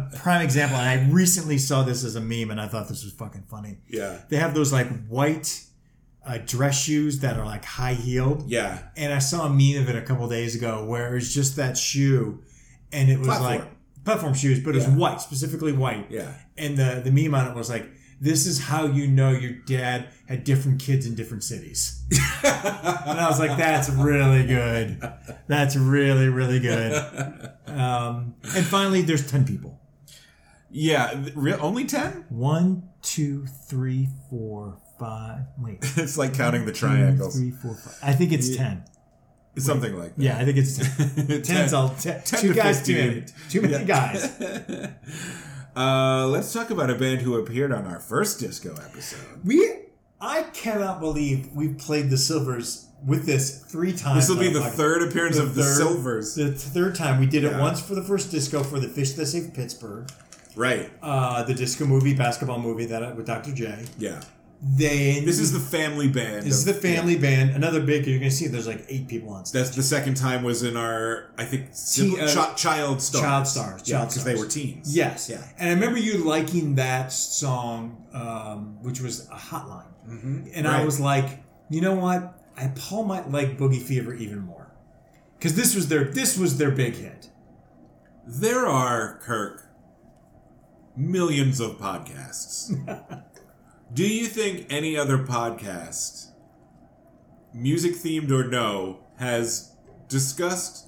a, a prime example. And I recently saw this as a meme, and I thought this was fucking funny. Yeah. They have those like white uh, dress shoes that are like high heeled. Yeah. and I saw a meme of it a couple days ago where it was just that shoe, and it was Platform. like platform shoes, but it Yeah. was white, specifically white. Yeah. And the the meme on it was like, "This is how you know your dad had different kids in different cities." and I was like, "That's really good. That's really really good." Um, and finally, there's ten people. Yeah. th- Re- only 10? One, two, three, four, five. Wait, It's like counting the one, triangles. three, four, five. I think it's ten. Something like that. Yeah, I think it's ten. Ten's all ten. two to guys, too 15. many. Too many Yeah. guys. Uh, let's talk about a band who appeared on our first disco episode. We, I cannot believe we played the Silvers with this three times. This will be on the our podcast. third appearance of the third- Silvers. The third time we did it Yeah. once for the first disco for the Fish That Saved Pittsburgh, Right. uh, the disco movie, basketball movie that I- with Dr. J. Yeah. Then This is the family band. this is the of- family band. Another big. You're gonna see. There's like eight people on stage. That's the second time was in our I think Teen- sibling- uh, chi- child stars. Child stars, Yeah, child because they stars. were teens. Yes. Yeah. And I remember you liking that song, um, which was a hotline. Mm-hmm. And I Right. was like, you know what? I Paul might like Boogie Fever even more because this was their this was their big hit. There are Kirk millions of podcasts. Do you think any other podcast, music themed or no, has discussed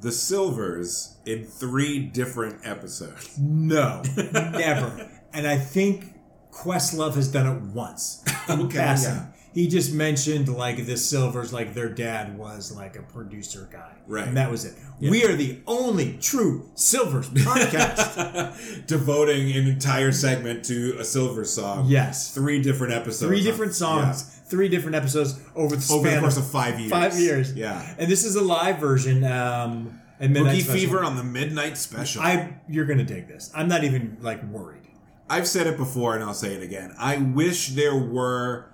the Silvers in three different episodes. No, never. And I think Questlove has done it once. In Okay, passing. yeah. He just mentioned like the Silvers, like their dad was like a producer guy. Right. And that was it. We are the only true Silvers podcast. Devoting an entire segment to a Silver song. yes. Three different episodes. Three different songs, three different episodes over the Yeah. Over the span course of five years. five years. Yeah. And this is a live version. Um, and Midnight Boogie Special. Fever on the Midnight Special. I you're gonna dig this. I'm not even like worried. I've said it before and I'll say it again. I wish there were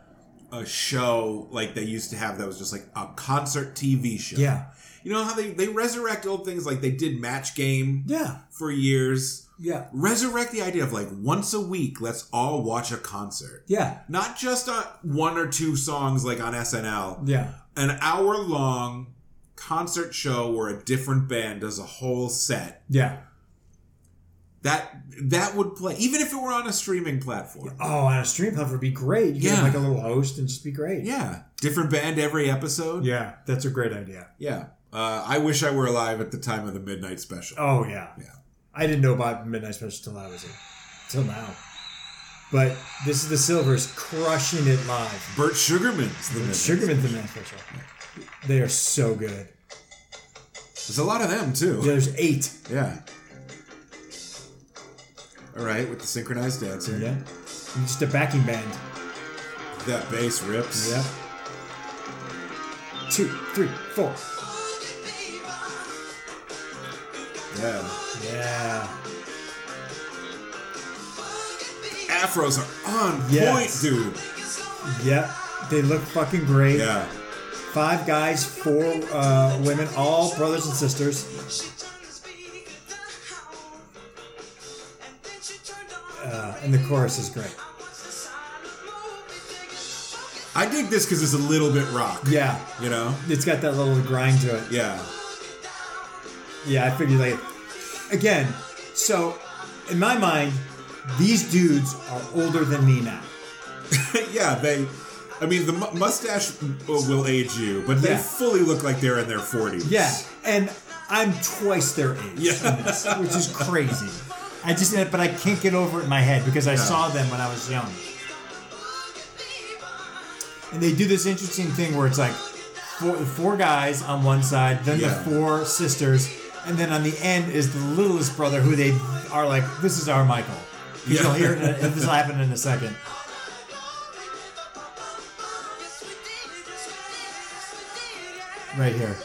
a show like they used to have that was just like a concert TV show. Yeah. You know how they, they resurrect old things like they did Match Game Yeah. for years. Yeah. Resurrect the idea of like once a week, let's all watch a concert. Yeah. Not just on one or two songs like on SNL. Yeah. An hour long concert show where a different band does a whole set Yeah. That that would play even if it were on a streaming platform. Yeah. Oh, on a stream hub would be great. You yeah. Yeah. have like a little host and just be great. Different band every episode. Yeah, that's a great idea. Yeah. Uh, I wish I were alive at the time of the midnight special. Oh yeah. Yeah. I didn't know about Midnight Special till I was in, till now. But this is the Silvers crushing it live. Burt Sugarman's the Midnight Sugarman's the Midnight Special. They are so good. There's a lot of them too. Yeah. There's eight. All right, with the synchronized dancing. Yeah. And just a backing band. That bass rips. Yep. Two, three, four. Yeah. Yeah. Afros are on Yes. point, dude. Yep. They look fucking great. Yeah. Five guys, four uh, women, all brothers and sisters. Uh, and the chorus is great. I dig this because it's a little bit rock. Yeah. You know? It's got that little grind to it. Yeah. Yeah, I figured like again. So, in my mind, these dudes are older than me now. yeah, they. I mean, the mu- mustache will age you, but they Yeah. fully look like they're in their forties. Yeah, and I'm twice their age. Yeah. in this, which is crazy. I just but I can't get over it in my head because I No. saw them when I was young. And they do this interesting thing where it's like four, four guys on one side, then Yeah. the four sisters, and then on the end is the littlest brother who they are like, this is our Michael. Yeah. You'll hear it, this will happen in a second. Right here.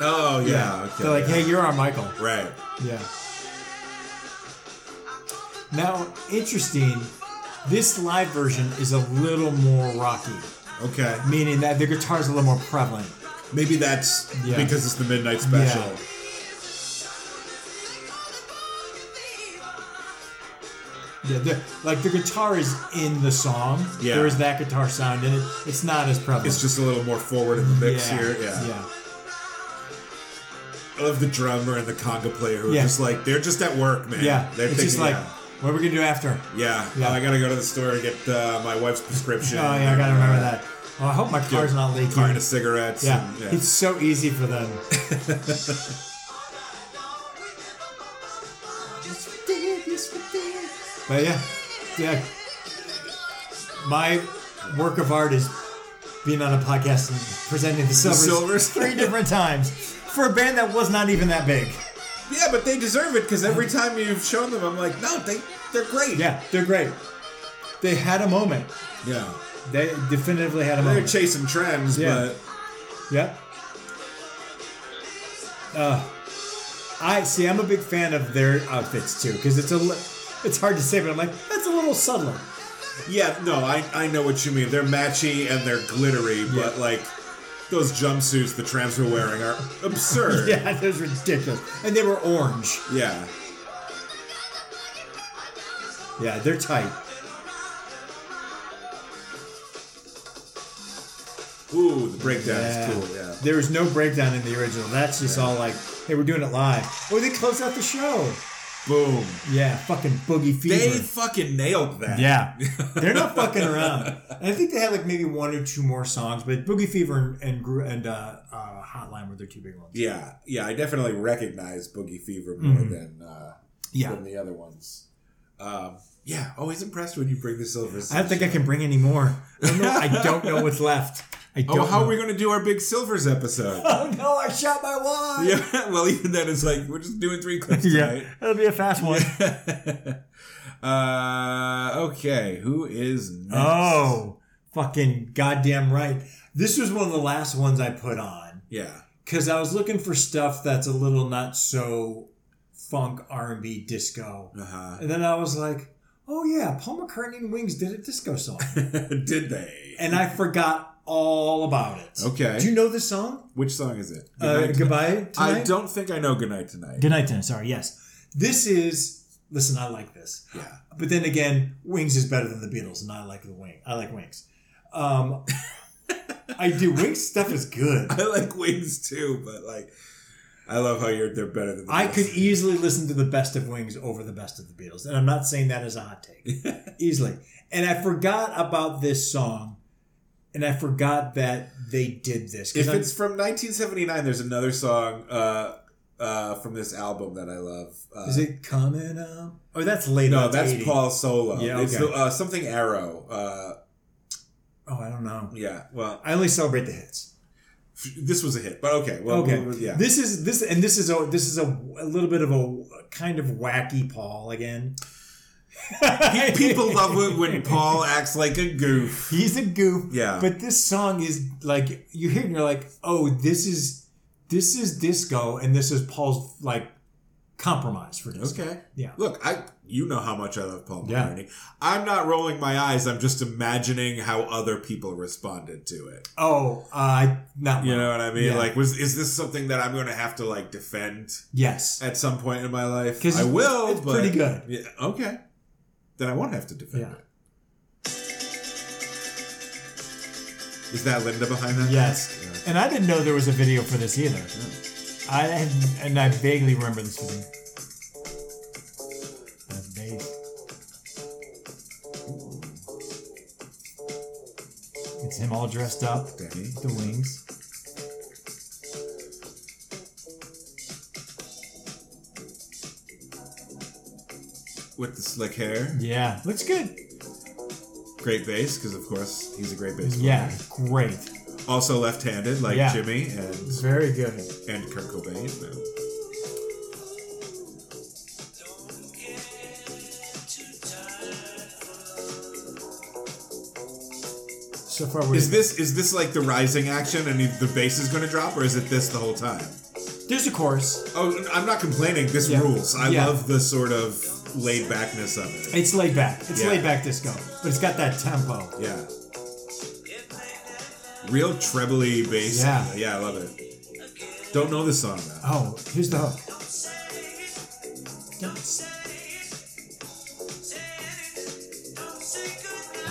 Oh yeah. Okay. They're like, yeah. hey, you're our Michael. Right. Yeah. Now, interesting, this live version is a little more rocky, Okay. meaning that the guitar is a little more prevalent. Maybe that's Yeah. because it's the midnight special. Yeah. Yeah, the, like the guitar is in the song. Yeah. There is that guitar sound in it. It's not as prevalent. It's just a little more forward in the mix here. Yeah. Yeah. I love the drummer and the conga player who are Yeah. just like they're just at work, man. Yeah. They're thinking, it's just like, yeah. what are we going to do after? Yeah. Yeah. Oh, I gotta go to the store and get uh, my wife's prescription. Oh, yeah, I got to remember that. Oh, I hope my Get car's not leaking. Carton of cigarettes. yeah. and- It's so easy for them. But yeah, yeah. My work of art is being on a podcast and presenting the Silvers, Silvers. three different times for a band that was not even that big. Yeah, but they deserve it because every time you've shown them, I'm like, no, they they're great. Yeah, they're great. They had a moment. yeah. They definitively had a They're moment. chasing trends, Yeah. Yeah. Uh, I see. I'm a big fan of their outfits too, because it's a, li- it's hard to say, but I'm like, that's a little subtler. but yeah, no, I, I know what you mean. They're matchy and they're glittery, but like those jumpsuits the tramps were wearing are absurd. Yeah, that was ridiculous. And they were orange. Yeah. Yeah, they're tight. Ooh, the breakdown Yeah. is cool. Yeah. There Oh, was no breakdown in the original. That's just all like, hey, we're doing it live. Or they close out the show. Boom. Yeah, fucking boogie They fever. fucking nailed that. yeah, they're not fucking around. And I think they had like maybe one or two more songs, but Boogie Fever and and, Gro- and uh, uh, Hotline were their two big ones. Yeah, yeah, I definitely recognize Boogie Fever more Mhm. than uh, Yeah. than the other ones. Um, yeah, always impressed when you bring the Silver. I don't think I can bring any more. I don't know, I don't know what's left. I don't Oh, how know. are we going to do our big Silvers episode? Oh no! I shot my wand. yeah, well, even then, it's like we're just doing three clips tonight. that'll be a fast one. uh, okay, who is next? Oh, fucking goddamn right. This was one of the last ones I put on yeah, because I was looking for stuff that's a little not so funk R and B disco, uh huh. and then I was like, oh yeah, Paul McCartney and Wings did a disco song, Did they? and I forgot all about it. Okay. Do you know this song? Which song is it? Uh, Goodnight goodbye. Tonight? I Tonight? don't think I know Goodnight Tonight. Good night, Tim. Sorry. Yes, this is. Listen, I like this. yeah. But then again, Wings is better than the Beatles, and I like the wing. I like Wings. Um, I do. Wings stuff is good. I like Wings too, but like, I love how you're they're better than the I Beatles. could easily listen to the best of Wings over the best of the Beatles, and I'm not saying that as a hot take. easily. And I forgot about this song, and I forgot that they did this. 'cause If I'm- it's from 1979, there's another song uh, uh, from this album that I love. Uh, is it coming up? Oh, that's later. No, that's 80. Paul Solo. Yeah, It's okay. the, uh, something Arrow. Uh, Oh, I don't know. yeah. Well, I only celebrate the hits. f- this was a hit, but okay. Well, okay. well, yeah. This is this and this is a this is a, a little bit of a kind of wacky Paul again. People love it when Paul acts like a goof. he's a goof. Yeah. But this song is like you hear it and you're like, oh, this is this is disco and this is Paul's like compromise for disco. Okay. Yeah. Look, I you know how much I love Paul Yeah. McCartney. I'm not rolling my eyes. I'm just imagining how other people responded to it. Oh, uh, not You well. know what I mean? Yeah. Like, was is this something that I'm going to have to like defend Yes. at some point in my life? 'Cause I it's- will. it's but pretty good. Yeah, okay. Then I won't have to defend Yeah. it. Is that Linda behind that? Yes. Yeah. And I didn't know there was a video for this either. I had, and I vaguely remember this video. That bass. It's him all dressed up, Danny. with the wings. With the slick hair, Yeah, looks good. great bass because of course he's a great bass player. Yeah, great. Also left-handed like Yeah. Jimmy and Very good. and Kurt Cobain. No. So far, we're Is this is this like the rising action and the bass is going to drop, or is it this the whole time? there's a chorus. Oh, I'm not complaining. This Yeah. rules. I Yeah. love the sort of laid backness of it. It's laid back. It's Yeah. laid back disco, but it's got that tempo. Yeah. Real trebly bass. Yeah. yeah, I love it. Don't know this song though. Oh, here's the hook.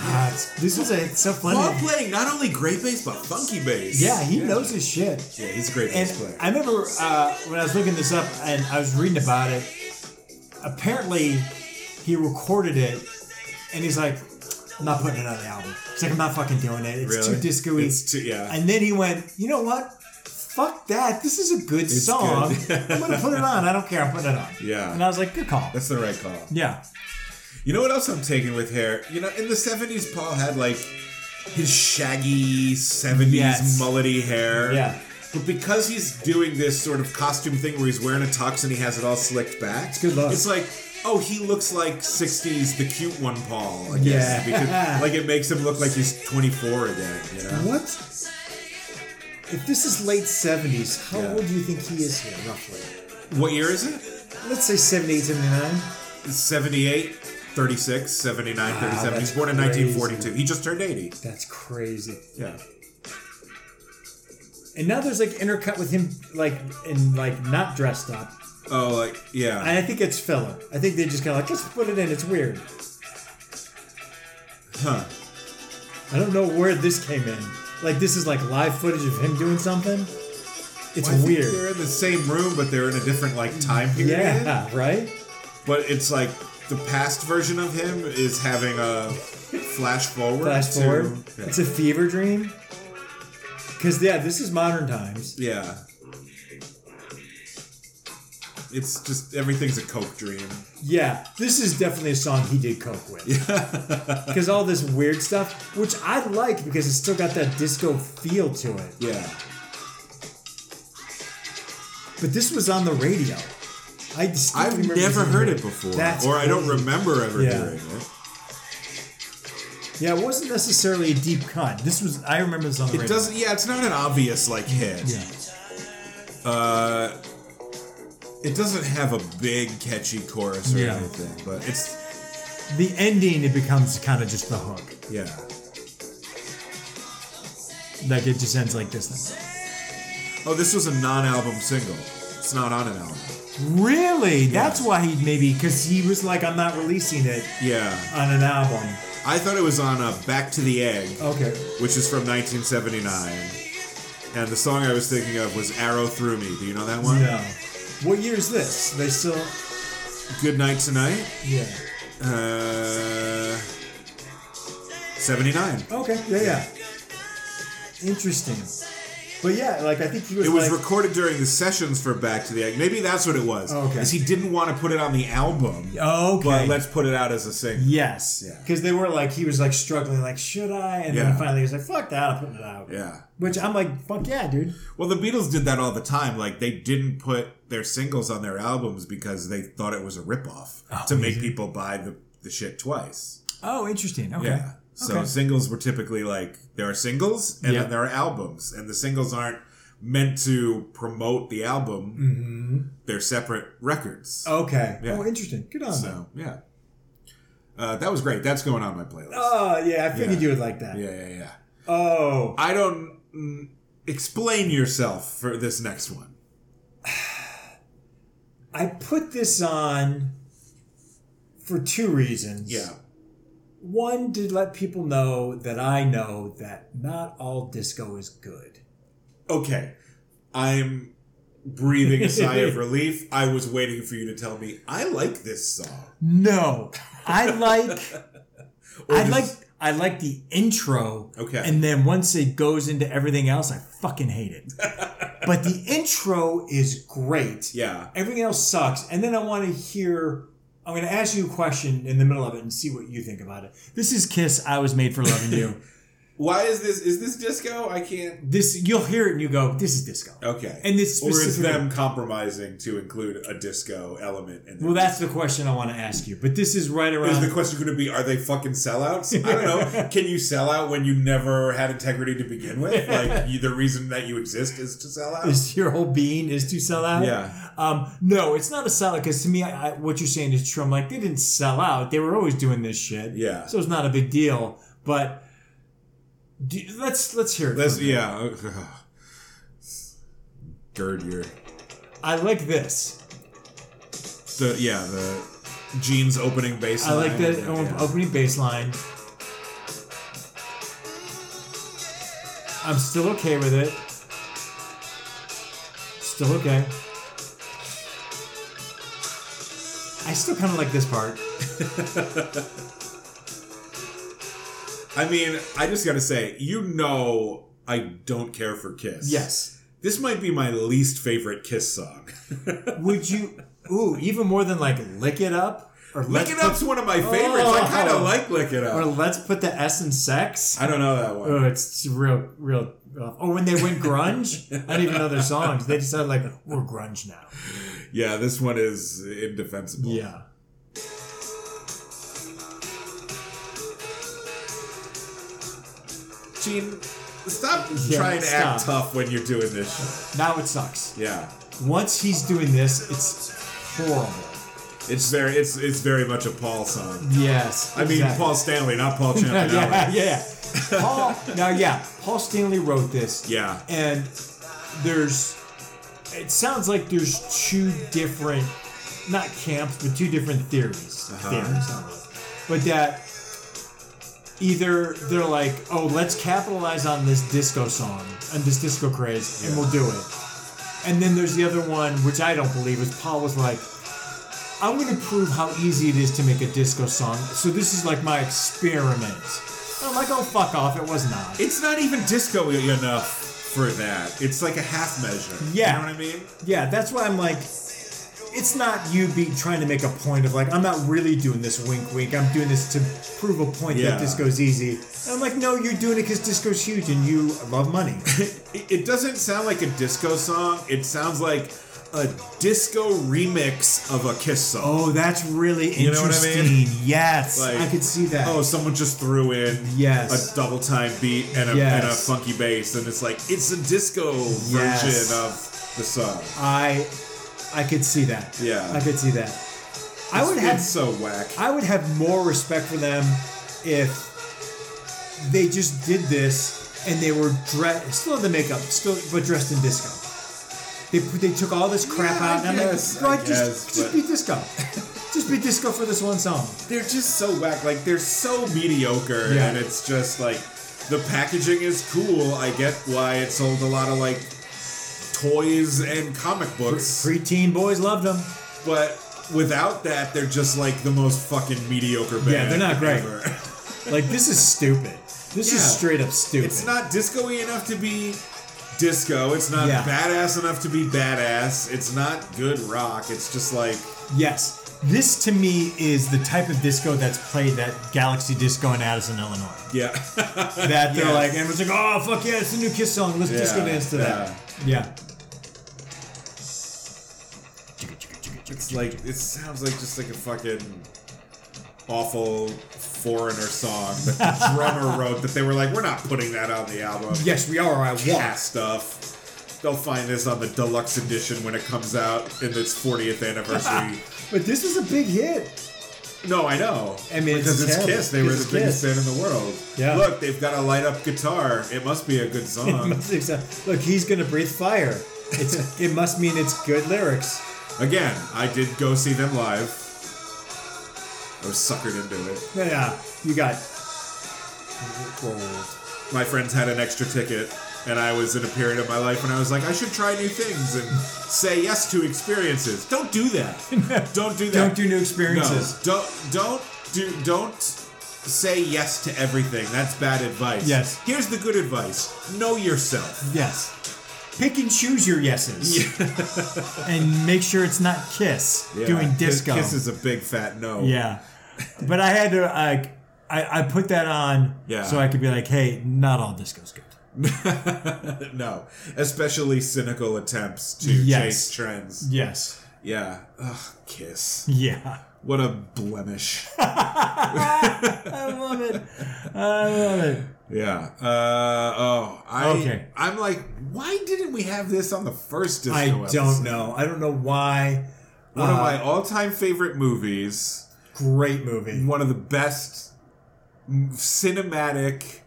Ah, it's- this is a, it's so Paul funny. playing not only great bass but funky bass. Yeah, he knows his shit. Yeah, he's a great And bass player. I remember uh, when I was looking this up and I was reading about it. Apparently, he recorded it, and he's like, "I'm not putting it on the album." He's like, "I'm not fucking doing it. It's Really? too disco-y." It's too- yeah. And then he went, "You know what? Fuck that. This is a good It's song. good. I'm gonna put it on. I don't care. I'm putting it on." Yeah. And I was like, "Good call." That's the right call. yeah. You know what else I'm taking with hair? You know, in the 70s, Paul had like his shaggy 70s Yes. mullety hair. Yeah. But because he's doing this sort of costume thing where he's wearing a tux and he has it all slicked back, it's good look. It's like, oh, he looks like 60s, the cute one Paul. I Yeah. guess, because, like, it makes him look like he's 24 again, you know? What? If this is late '70s, how Yeah. old do you think he is here, roughly? What year is it? Let's say 78, 79. 78, 36, 79, 37. Ah, that's He's born in crazy. 1942. He just turned 80. That's crazy. Yeah. And now there's like intercut with him like and like not dressed up. Oh, like, yeah. And I think it's filler. I think they just kind of like let's put it in. It's weird. huh. I don't know where this came in. Like this is like live footage of him doing something. Well, It's I think weird. They're in the same room, but they're in a different like time period. Yeah, right. But it's like the past version of him is having a flash forward. Flash to- forward. Yeah. It's a fever dream. Because, yeah, this is modern times. yeah. It's just everything's a coke dream. Yeah, this is definitely a song he did coke with. yeah. Because all this weird stuff, which I like because it's still got that disco feel to it. But this was on the radio. I distinctly I've remember this never on the heard radio. it before, That's or I don't crazy. remember ever Yeah. hearing it. Yeah, it wasn't necessarily a deep cut. This was I remember this on the It radio. doesn't. Yeah, it's not an obvious like hit. Yeah. Uh, it doesn't have a big catchy chorus or Yeah. anything, but it's The ending it becomes kind of just the hook. yeah. Like it just ends like this. Thing. Oh, this was a non-album single. It's not on an album. Really? That's why he maybe because he was like, I'm not releasing it Yeah, on an album. I thought it was on uh, "Back to the Egg," Okay. which is from 1979, and the song I was thinking of was "Arrow Through Me." Do you know that one? No. What year is this? They still. Good night tonight. Yeah. Uh, 79. Okay. Yeah. Yeah. Interesting. But yeah, like I think he was. It was like, recorded during the sessions for Back to the Egg. Maybe that's what it was. Okay. Is he didn't want to put it on the album, okay. but let's put it out as a single. yes. Yeah. Because they were like, he was like struggling, like, should I? And Yeah. then finally he was like, fuck that, I'm putting it out. Yeah. Which I'm like, fuck yeah, dude. Well, the Beatles did that all the time. Like they didn't put their singles on their albums because they thought it was a ripoff Oh, to make easy. people buy the, the shit twice. Oh, interesting. Okay. Yeah. So Okay. singles were typically like there are singles and Yeah. then there are albums, and the singles aren't meant to promote the album. They're separate records. Mm-hmm. Okay. Yeah. Oh, interesting. Good on them. So yeah, uh, that was great. That's going on my playlist. Oh, yeah. I figured Yeah. you would like that. yeah, yeah, yeah. Oh. I don't mm, explain yourself for this next one. I put this on for two reasons. One, to let people know that I know that not all disco is good. Okay. I'm breathing a sigh of relief. I was waiting for you to tell me I like this song. No. I like Or I just- like I like the intro. Okay. And then once it goes into everything else, I fucking hate it. but the intro is great. Yeah. Everything else sucks. And then I want to hear. I'm going to ask you a question in the middle of it and see what you think about it. This is Kiss. I was made for loving you. Why is this? Is this disco? I can't. this you'll hear it and you go, "This is disco." Okay. And this or is specifically- them compromising to include a disco element? In Well, that's the question I want to ask you. But this is right Is around. the question going to be, are they fucking sellouts? I don't know. Can you sell out when you never had integrity to begin with? Like, you, the reason that you exist is to sell out? is your whole being is to sell out. Yeah. Um, no, it's not a sellout because to me, I, I, what you're saying is true. I'm like, they didn't sell out. They were always doing this shit. Yeah. So it's not a big deal. But do, let's let's hear it. That's, yeah. Gird your. I like this. The, yeah, the jeans opening bass I like that um, Yeah. o- opening bass line. I'm still okay with it. Still okay. I still kind of like this part. I mean, I just gotta say, you know, I don't care for Kiss. Yes. This might be my least favorite Kiss song. Would you? Ooh, even more than like lick it up or Lick Let's It Up's Put- one of my favorites. I kind of Oh. like Lick It or Up. let's put the S in sex. I don't know that one. Oh, it's real, real. Uh, oh, when they went grunge, I didn't even know their songs. They decided like we're grunge now. Yeah, this one is indefensible. Yeah. Gene, stop Yeah, trying to act stop. tough when you're doing this. Now it sucks. Shit. Yeah, Once he's doing this, it's horrible. it's very it's it's very much a Paul song. Yes. I mean exactly. Paul Stanley, not Paul Champion. yeah, yeah, yeah. Paul. now, yeah, Paul Stanley wrote this. Yeah. and there's. It sounds like there's two different, not camps, but two different theories. Uh-huh. Theories, not really. But that either they're like, oh, let's capitalize on this disco song and this disco craze, and we'll do it. And then there's the other one, which I don't believe, is Paul was like, I'm going to prove how easy it is to make a disco song. So this is like my experiment. I'm like, oh fuck off! It was not. It's not even disco enough for that. It's like a half measure. Yeah. You know what I mean? Yeah, that's why I'm like, it's not you be trying to make a point of like, I'm not really doing this wink wink. I'm doing this to prove a point Yeah. that disco's easy. And I'm like, no, you're doing it because disco's huge and you love money. It, it doesn't sound like a disco song. It sounds like a disco remix of a Kiss song. oh, that's really You know what I interesting. mean? Yes, Like, I could see that. Oh, someone just threw in Yes. a double time beat and a, and a Yes. funky bass, and it's like it's a disco Yes. version of the song. I, I could see that. Yeah. I could see that. I would it's, have it's so whack. I would have more respect for them if they just did this and they were dressed, still in the makeup, still but dressed in disco. They, they took all this crap Yeah, I out, and guess, I'm like, I bro, just guess, but- just be disco, just be disco for this one song. they're just so whack. Like they're so mediocre, Yeah. and it's just like the packaging is cool. I get why it sold a lot of like toys and comic books, Preteen boys loved them. but without that, they're just like the most fucking mediocre band. Yeah, they're not great. ever. Like this is stupid. This Yeah. is straight up stupid. It's not disco-y enough to be disco. It's not Yeah. badass enough to be badass. It's not good rock. It's just like Yes, this to me is the type of disco that's played at Galaxy Disco in Addison, Illinois. yeah, that they're Yes. like, and it's like, oh fuck yeah, it's a new Kiss song. Let's Yeah, disco dance to that. Yeah. It's like it sounds like just like a fucking awful foreigner song that the drummer wrote that they were like, we're not putting that on the album. Yes, we are. I Yeah, want. stuff. They'll find this on the deluxe edition when it comes out in its 40th anniversary. But this was a big hit. no, I know. I mean, it's because it's, terrible. Kiss. They were Because the it's biggest Kiss. band in the world. Yeah. Look, they've got a light up guitar. It must be a good song. Look, he's gonna breathe fire. It's. it must mean it's good lyrics. Again, I did go see them live. I was suckered into it. Yeah, you got. my friends had an extra ticket and I was in a period of my life when I was like, I should try new things and say yes to experiences. Don't do that. Don't do that. Don't do new experiences. No. Don't don't do don't say yes to everything. That's bad advice. Yes. Here's the good advice. Know yourself. Yes. Pick and choose your yeses. and make sure it's not Kiss Yeah. doing Kiss- disco. Kiss is a big fat no. Yeah. But I had to like I, I put that on Yeah. so I could be like, hey, not all disco's good. no. Especially cynical attempts to Yes. chase trends. Yes. Yeah. Ugh, kiss. Yeah. What a blemish. I love it. I love it. Yeah. Uh, oh, I, Okay. I'm like, why didn't we have this on the first disco I episode? don't know. I don't know why. One of Uh, my all-time favorite movies. Great movie. One of the best m- cinematic,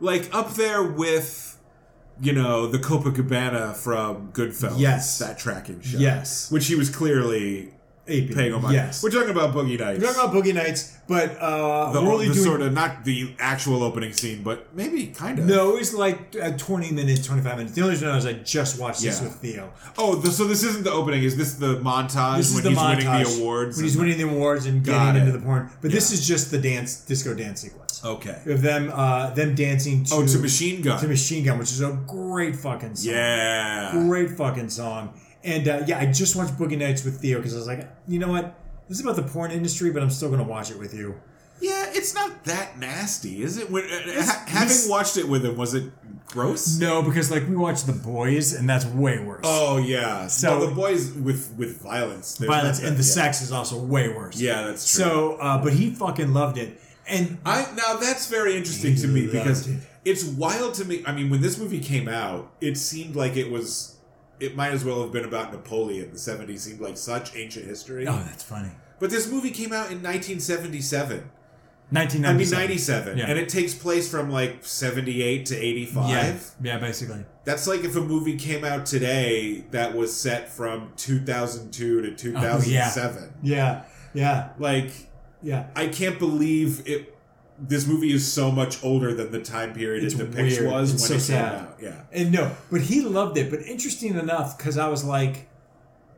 like up there with, you know, the Copacabana from Goodfellas. Yes. that tracking shot. Yes. which he was clearly Ape. paying homage. Yes. We're talking about Boogie Nights. We're talking about Boogie Nights, but uh, the, we're only the doing. sort of not the actual opening scene, but maybe kind of. no, it's like uh, 20 minutes, 25 minutes. The only reason I was I just watched this Yeah. with Theo. Oh, th so this isn't the opening. Is this the montage This is when the he's montage. winning the awards? When he's and- winning the awards and Got getting into it. the porn. But this Yeah. is just the dance, disco dance sequence. Okay. Of them uh, them dancing to. Oh, to Machine Gun. to Machine Gun, which is a great fucking song. yeah. Great fucking song. And uh, yeah, I just watched Boogie Nights with Theo because I was like, you know what? This is about the porn industry, but I'm still going to watch it with you. Yeah, it's not that nasty, is it? When, uh, ha- It's- having it's- watched it with him, was it gross? No, because like we watched The Boys, and that's way worse. Oh yeah. So So- the boys with with violence. There's Violence not that- and the yeah. sex is also way worse. Yeah, that's true. So, uh, but he fucking loved it. And I now that's very interesting to me Loved because it. it's wild to me. I mean, when this movie came out, it seemed like it was. It might as well have been about Napoleon. The '70s seemed like such ancient history. oh, that's funny. But this movie came out in 1977. I mean, 97. 1997. Yeah. And it takes place from like 78 to 85. Yeah, yeah, basically. That's like if a movie came out today that was set from 2002 Oh, to 2007. Yeah, yeah, Like, yeah. I can't believe it. This movie is so much older than the time period It's it depicts weird. was It's when so it came sad. out. Yeah. And no, but he loved it. But interesting enough, because I was like,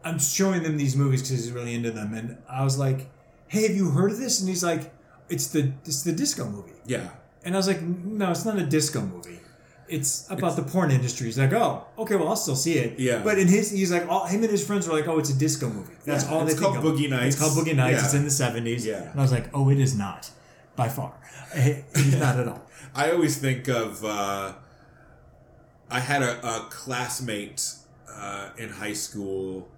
I'm showing them these movies because he's really into them, and I was like, "Hey, have you heard of this?" And he's like, "It's the it's the disco movie." Yeah. And I was like, "No, it's not a disco movie. It's about the porn industry." He's like, "Oh, okay, well, I'll still see it." Yeah. But in his, he's like, all him and his friends were like, "Oh, it's a disco movie." That's Yeah, all it's they think called of. Boogie Nights. It's called Boogie Nights. Yeah. It's in the '70s. Yeah. And I was like, "Oh, it is not, by far. It is not at all." I always think of. Uh, I had a, a classmate uh, in high school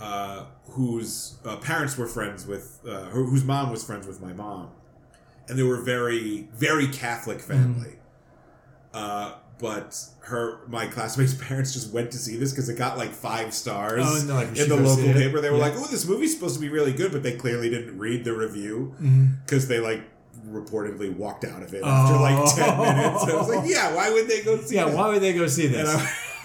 uh, whose uh, parents were friends with, uh, who- whose mom was friends with my mom, and they were very, very Catholic Hmm. family. Uh, but her, my classmate's parents just went to see this because it got like five stars Oh, no, like, we in should the go see local it. paper. They were Yeah. like, "Oh, this movie's supposed to be really good," but they clearly didn't read the review Mm-hmm. because they like reportedly walked out of it after like 10 minutes. I was like, yeah, why would they go see Oh. Yeah, that? why would they go see And this?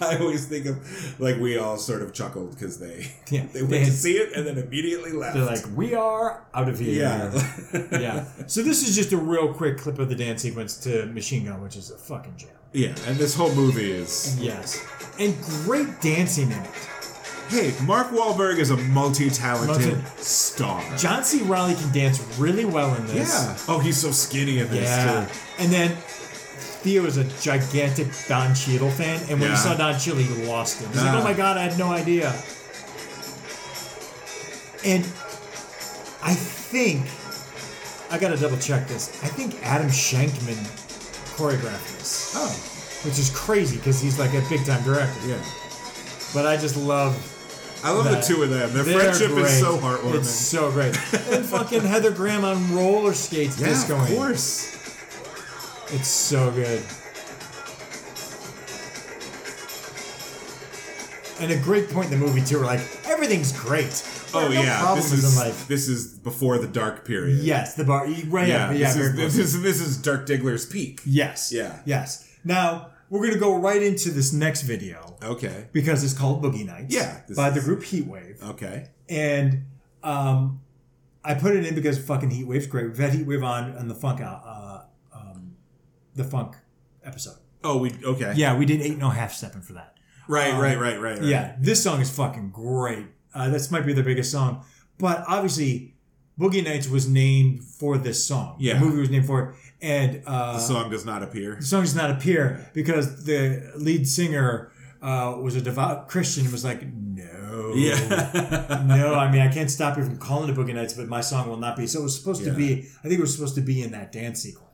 I, I always think of like we all sort of chuckled because they Yeah, they went they had- to see it and then immediately left. They're like, we are out of here. yeah, yeah. So this is just a real quick clip of the dance sequence to Machine Gun, which is a fucking jam. yeah. And this whole movie is Yes. And great dancing in it. hey, Mark Wahlberg is a multi-talented Multi- star. John C. Riley can dance really well in this. yeah. Oh, he's so skinny in this Yeah. too. And then Theo is a gigantic Don Cheadle fan, and when Yeah. he saw Don Cheadle, he lost him. He's Ah. like, "Oh my god, I had no idea." And I think I gotta double check this. I think Adam Shankman choreographed this, Oh, which is crazy because he's like a big time director. yeah. But I just love I love That- the two of them. Their they're friendship great. is so heartwarming. It's so great. and fucking Heather Graham on roller skates yeah, discoing. of course. It's so good. And a great point in the movie too. We're like, everything's great. There Oh are no yeah, problems this is in life. this is before the dark period. Yes, the bar. you- Right. yeah, Yeah. yeah this, very is, this, close. is, this is Dirk Diggler's peak. yes. Yeah. Yes. Now we're gonna go right into this next video Okay. because it's called Boogie Nights. Yeah, this By the is- group Heatwave. Okay. and um, I put it in because fucking Heat Wave's great. We've had Heat Wave on on the funk uh, uh, um, the funk episode. Oh, we okay. Yeah, we did eight and a half stepping for that. Right, Um, right, right, right, right. Yeah, this song is fucking great. Uh, this might be their biggest song, but obviously, Boogie Nights was named for this song. Yeah. the movie was named for it, and uh, The song does not appear. the song does not appear because the lead singer uh, was a devout Christian and was like, no, Yeah. no, I mean I can't stop you from calling it Boogie Nights, but my song will not be. So it was supposed Yeah. to be. I think it was supposed to be in that dance sequence.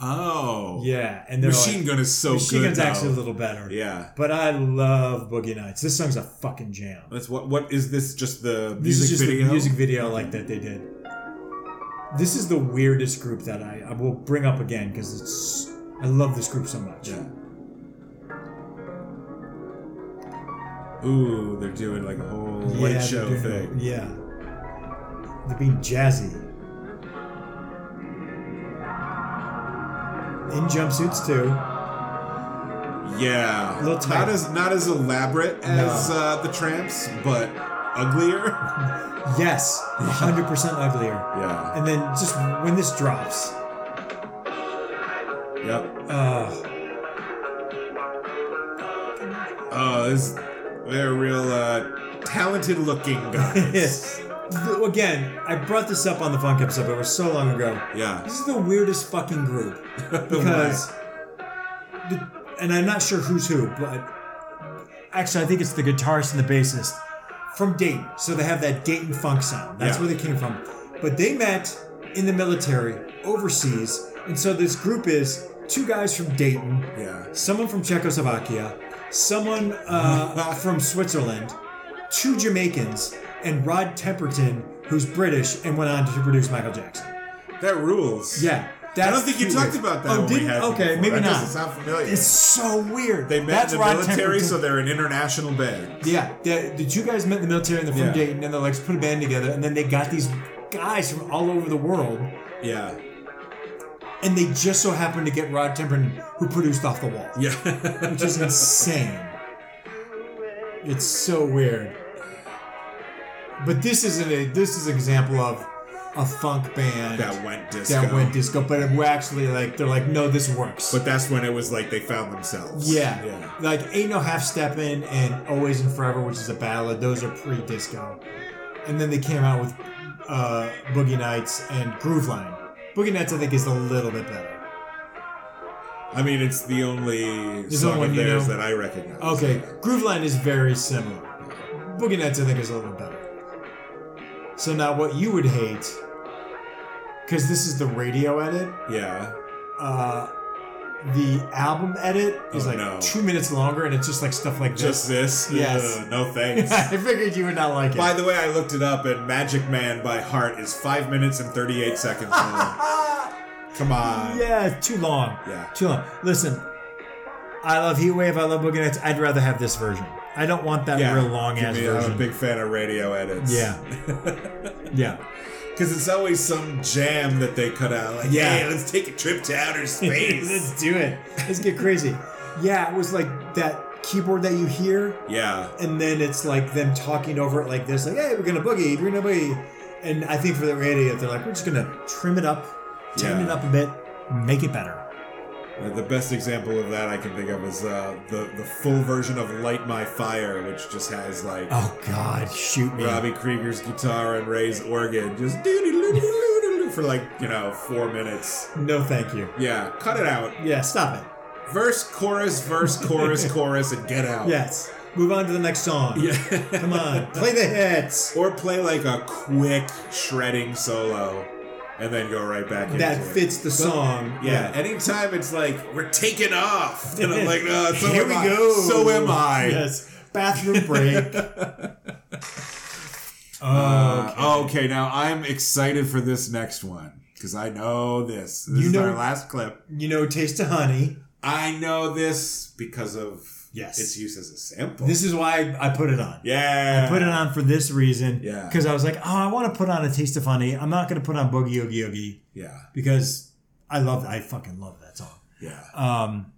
oh. Yeah, and they're Machine like, Gun is so Machine good. Gun's though. actually a little better. Yeah. but I love Boogie Nights. This song's a fucking jam. That's what. What is this? Just the this music is just video. the music video like that they did. This is the weirdest group that I, I will bring up again because it's I love this group so much. Yeah. Ooh, they're doing like a whole they're light show doing- thing. Yeah, they're being jazzy in jumpsuits too. Yeah. Little not tight. as not as elaborate as uh, the Tramps, but uglier. Yes, 100% uglier. Yeah. And then just when this drops, Yep. uh, Oh, this, they're real uh, talented looking guys. again, I brought this up on the Funk episode, but it was so long ago. yeah. This is the weirdest fucking group because, the, and I'm not sure who's who, but actually, I think it's the guitarist and the bassist from Dayton. So they have that Dayton funk sound. That's Yeah. where they came from. But they met in the military overseas, and so this group is two guys from Dayton, yeah. someone from Czechoslovakia, someone uh, from Switzerland, two Jamaicans, and Rod Temperton, who's British and went on to produce Michael Jackson. That rules. Yeah. I don't think you cute. talked about that. Oh, when we didn't? had you okay, before. maybe that not. Doesn't sound familiar. It's so weird. they met That's in the Rod military, Temperton. so they're an international band. yeah, the, the two guys met in the military and they're from Yeah. Dayton, and they're like, "Let's put a band together. And then they got these guys from all over the world, Yeah. and they just so happened to get Rod Temperton, who produced Off the Wall, Yeah. which is insane. It's so weird. But this is an this is an example of a funk band that went disco. that went disco, but it were actually like they're like, no, this works. But that's when it was like they found themselves. yeah, Yeah. like ain't no half stepping and always and forever, which is a ballad. Those are pre disco, and then they came out with uh, Boogie Nights and Groove Line. Boogie Nights, I think, is a little bit better. I mean, it's the only It's the song one of you theirs know. that I recognize. Okay, Groove Line is very similar. Boogie Nights, I think, is a little better. So now, what you would hate, because this is the radio edit, Yeah. uh, the album edit is Oh, like no. two minutes longer, and it's just like stuff like Just this. Yes. Ugh, no this. thanks. I figured you would not like it. By the way, I looked it up, and Magic Man by Heart is five minutes and thirty-eight seconds long. Ah, Come on. yeah, too long. Yeah. Too long. Listen, I love Heat Wave. I love Boogie Nights. I'd rather have this version. I don't want that Yeah. real long ass I mean, I'm version. a big fan of radio edits. Yeah. yeah. Because it's always some jam that they cut out. Like, Yeah. yeah, let's take a trip to outer space. Let's do it. Let's get crazy. Yeah, it was like that keyboard that you hear, yeah. and then it's like them talking over it like this, like, hey, we're gonna boogie, we're gonna boogie. And I think for the radio, they're like, we're just gonna trim it up, tame Yeah. it up a bit, make it better. Uh, the best example of that I can think of is uh, the the full version of "Light My Fire," which just has like Oh God, shoot me. Robbie Krieger's guitar and Ray's organ, just doo-doo-doo-doo-doo-doo for like you know four minutes. No, thank you. Yeah, cut it out. Yeah, stop it. Verse, chorus, verse, chorus, chorus, and get out. Yes, move on to the next song. Oh. Yeah. Come on, play the hits. Or play like a quick shredding solo, and then go right back. That into it. fits the song. Yeah, anytime it's like we're taking off, and I'm like, uh, so Here am we I. go. So am I. Yes. Bathroom break. Oh, Uh, okay. now I'm excited for this next one because I know this. This You is know- our last clip. you know, taste of honey. I know this because of Yes. its use as a sample. This is why I put it on. yeah, I put it on for this reason. Yeah. Because I was like, oh, I want to put on a taste of honey. I'm not going to put on Boogie Yogi Yogi Yeah, because I love I fucking love that song. yeah. Um,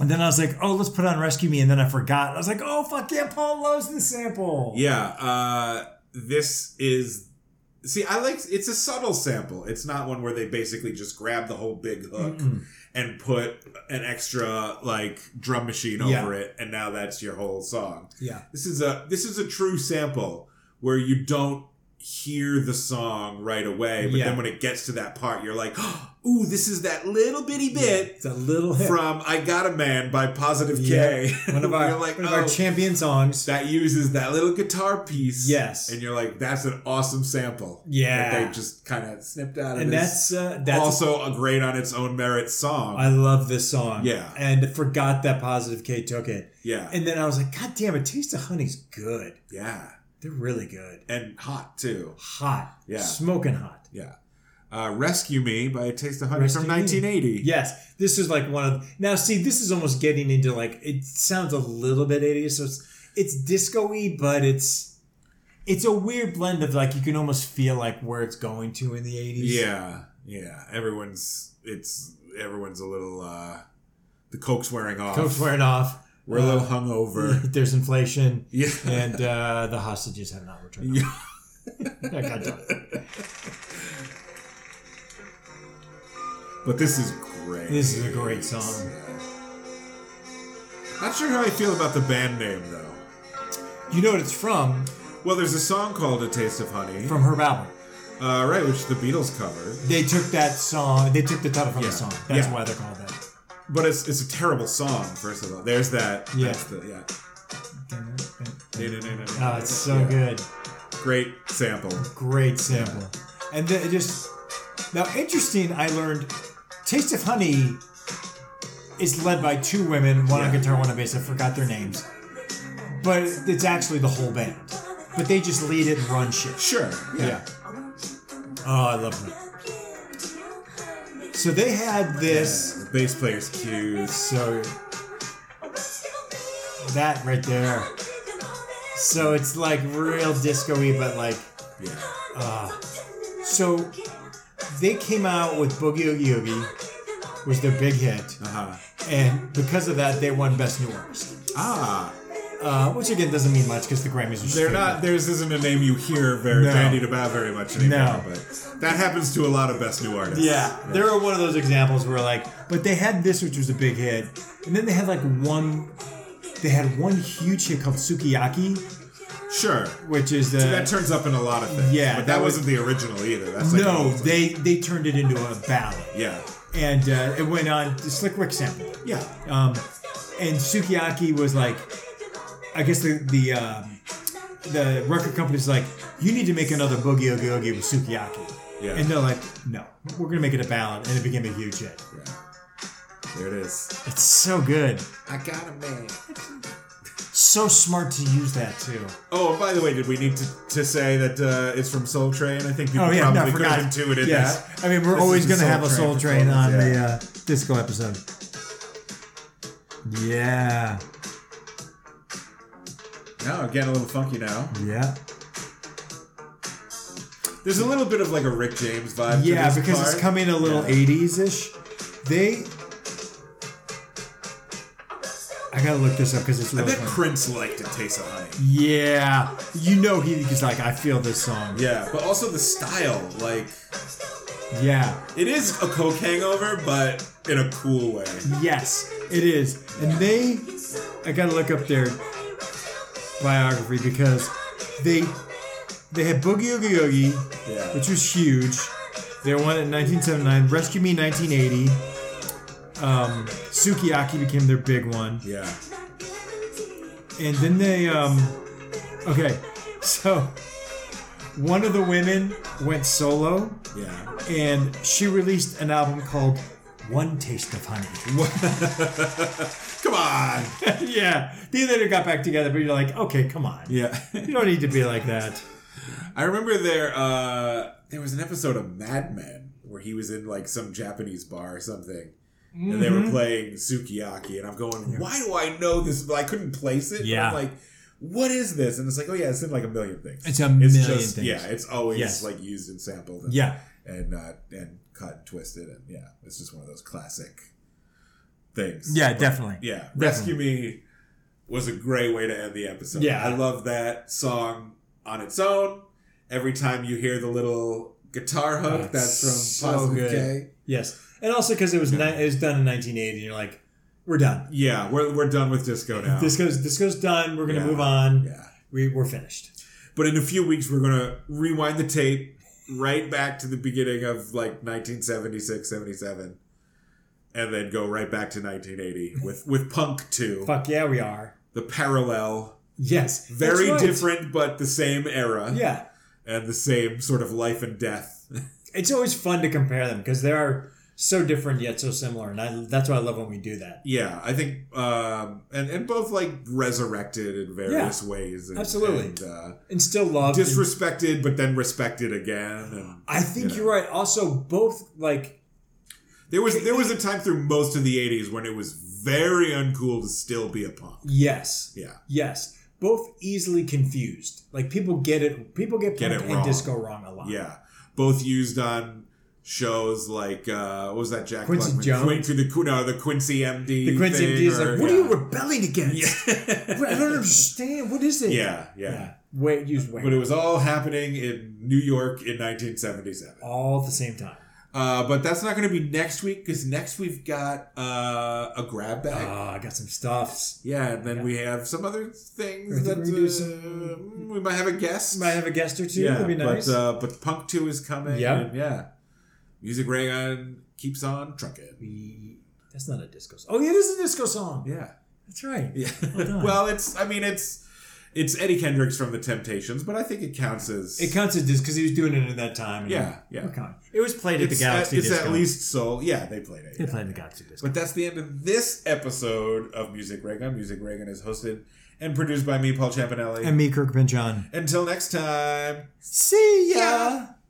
and then I was like, oh, let's put on Rescue Me. And then I forgot. I was like, oh, fuck yeah, Paul loves this sample. Yeah, uh, this is. See, I like it's a subtle sample. It's not one where they basically just grab the whole big hook and put an extra like drum machine Yeah. over it, and now that's your whole song. Yeah. this is a this is a true sample where you don't hear the song right away, but Yeah. then when it gets to that part, you're like, "Ooh, this is that little bitty bit It's a little hit. from "I Got a Man" by Positive K." Yeah. One of our, You're like, one of our "Oh, champion songs. that uses that little guitar piece. Yes. And you're like, that's an awesome sample. Yeah. That they just kind of snipped out of and this. that's uh, that's also a great on its own merit song. I love this song. Yeah. And forgot that Positive K took it. yeah. And then I was like, God damn it, Taste of Honey's good. yeah. They're really good. And hot too. Hot. Yeah. Smoking hot. Yeah. Uh, Rescue Me by Taste of Honey Rescue from Me. 1980. Yes. This is like one of now see, this is almost getting into like it sounds a little bit 80s, so it's it's disco-y, but it's it's a weird blend of like you can almost feel like where it's going to in the 80s. Yeah. Yeah. Everyone's, it's, everyone's a little, uh, the coke's wearing off. Coke's wearing off. Uh, We're a little hungover. There's inflation. yeah. And uh, the hostages have not returned. Yeah. I got done. But this is great. This is a great song. Yeah. Not sure how I feel about the band name though. You know what it's from? Well, there's a song called "A Taste of Honey," From her album. uh, right, which the Beatles covered. They took that song. They took the title from Yeah. the song. That's Yeah. why they're called that. But it's it's a terrible song. First of all, there's that. Yeah. that's the, yeah. Oh, it's so Yeah. good. Great sample. Great sample. And then it just now interesting. I learned "Taste of Honey" is led by two women, one on Yeah. guitar, one on bass. I forgot their names, but it's actually the whole band. But they just lead it and run shit. Sure. Yeah. Oh, I love them. So they had this. The bass player's cues. So that right there. So it's like real disco-y, but like Yeah. uh, so they came out with Boogie Oogie Oogie was their big hit, Uh huh. and because of that, they won Best New Artist. Ah. uh, which again doesn't mean much because the Grammys are just They're fake. not. Theirs isn't a name you hear very No. bandied about very much anymore. No. But that happens to a lot of best new artists. Yeah, there are one of those examples where like, but they had this, which was a big hit, and then they had like one, they had one huge hit called Sukiyaki, Sure. which is uh, the that turns up in a lot of things. Yeah, But that, that was- wasn't the original either. That's like no, an old- they they turned it into a ballad, Yeah. and uh, it went on the Slick Rick sample, Yeah. um, and Sukiyaki was like, I guess the the um, the record company's like, you need to make another Boogie Oogie Oogie with Sukiyaki, Yeah. and they're like, no, we're gonna make it a ballad, and it became a huge hit. yeah. There it is. It's so good. I got a man. So smart to use that too. Oh, and by the way, did we need to, to say that uh, it's from Soul Train? I think people oh yeah, no, I probably could forgot. have intuited Yes. that. I mean, we're This always is the gonna have a Soul Soul Train Train on performance, the uh, disco episode. Yeah, No, I'm getting a little funky now. yeah, There's a little bit of like a Rick James vibe. to yeah. this Because part. it's coming a little Yeah. '80s ish. They. I gotta look this up because it's I really bet funny. Prince liked it tastes of honey. yeah, you know he he's like, I feel this song. Yeah, but also the style, like yeah. it is a coke hangover, but in a cool way. Yes, it is. And they, I gotta look up their biography because they they had Boogie Oogie Oogie, Yeah. which was huge. They won in 1979. Rescue Me 1980. Um, Sukiyaki became their big one, Yeah. and then they um, okay, so one of the women went solo, Yeah. and she released an album called One Taste of Honey. Come on. yeah, they later got back together, but you're like, okay, come on. Yeah. You don't need to be like that. I remember there uh there was an episode of Mad Men where he was in like some Japanese bar or something. And they Mm-hmm. were playing Sukiyaki, and I'm going, why do I know this? But I couldn't place it. But Yeah. I'm like, what is this? And it's like, oh yeah, it's in like a million things. It's a million things. Yeah, it's always Yes. like used and sampled. And, Yeah. and uh, and cut and twisted and yeah, it's just one of those classic things. Yeah, But, definitely. Yeah, Rescue Me was a great way to end the episode. Yeah. I love that song on its own. Every time you hear the little guitar hook, Oh, that's from so Positive good. K. Yes, and also because it was ni- it was done in 1980, and you're like, we're done. Yeah, we're, we're done with disco now. This goes this goes done. We're gonna Yeah. move on. Yeah. We we're finished. But in a few weeks, we're going to rewind the tape right back to the beginning of like 1976, 77, and then go right back to 1980 with, with Punk 2, Fuck yeah, we are. the parallel. Yes, that's Very right. different, but the same era Yeah, and the same sort of life and death. it's always fun to compare them because they are so different yet so similar, and I, that's why I love when we do that. yeah, I think, um, and, and both like resurrected in various ways. And, absolutely. And, uh, And still love and- disrespected, but then respected again. And I think Yeah. you're right. Also, both like There was there was a time through most of the '80s when it was very uncool to still be a punk. yes, Yeah, Yes, both easily confused. Like people get it. People get, Get punk it and wrong. disco wrong a lot. yeah. Both used on shows like uh, what was that Jack Quincy Klugman? Jones? Quin- the Qu- no, the Quincy MD. The Quincy thing, MD is or- like, what are yeah. you rebelling against? I don't understand. What is it? Yeah, yeah, Wait, use wait. But it was all happening in New York in 1977. all at the same time. Uh, but that's not going to be next week because next we've got uh, a grab Oh, bag. I got some stuffs. yeah, and then we have some other things I that think we're gonna do uh, some- we might have a guest. Might have a guest or two. Yeah, That'd be nice. but uh, but Punk Two is coming. Yep. and yeah. Music Rayon keeps on trucking. we, that's not a disco song. Oh, yeah, it is a disco song. Yeah, That's right. yeah. Well done. well, it's I mean it's it's Eddie Kendricks from the Temptations, but I think it counts as It counts as disco because he was doing it at that time. and- Yeah, yeah. Okay. It was played at It's, the Galaxy at, it's Disco. at least soul. Yeah, they played it. They yeah. played at the Galaxy Disco. But that's the end of this episode of Music Reagan. Music Reagan is hosted and produced by me, Paul Champanelli. and me, Kirk Benjon. Until next time. See ya.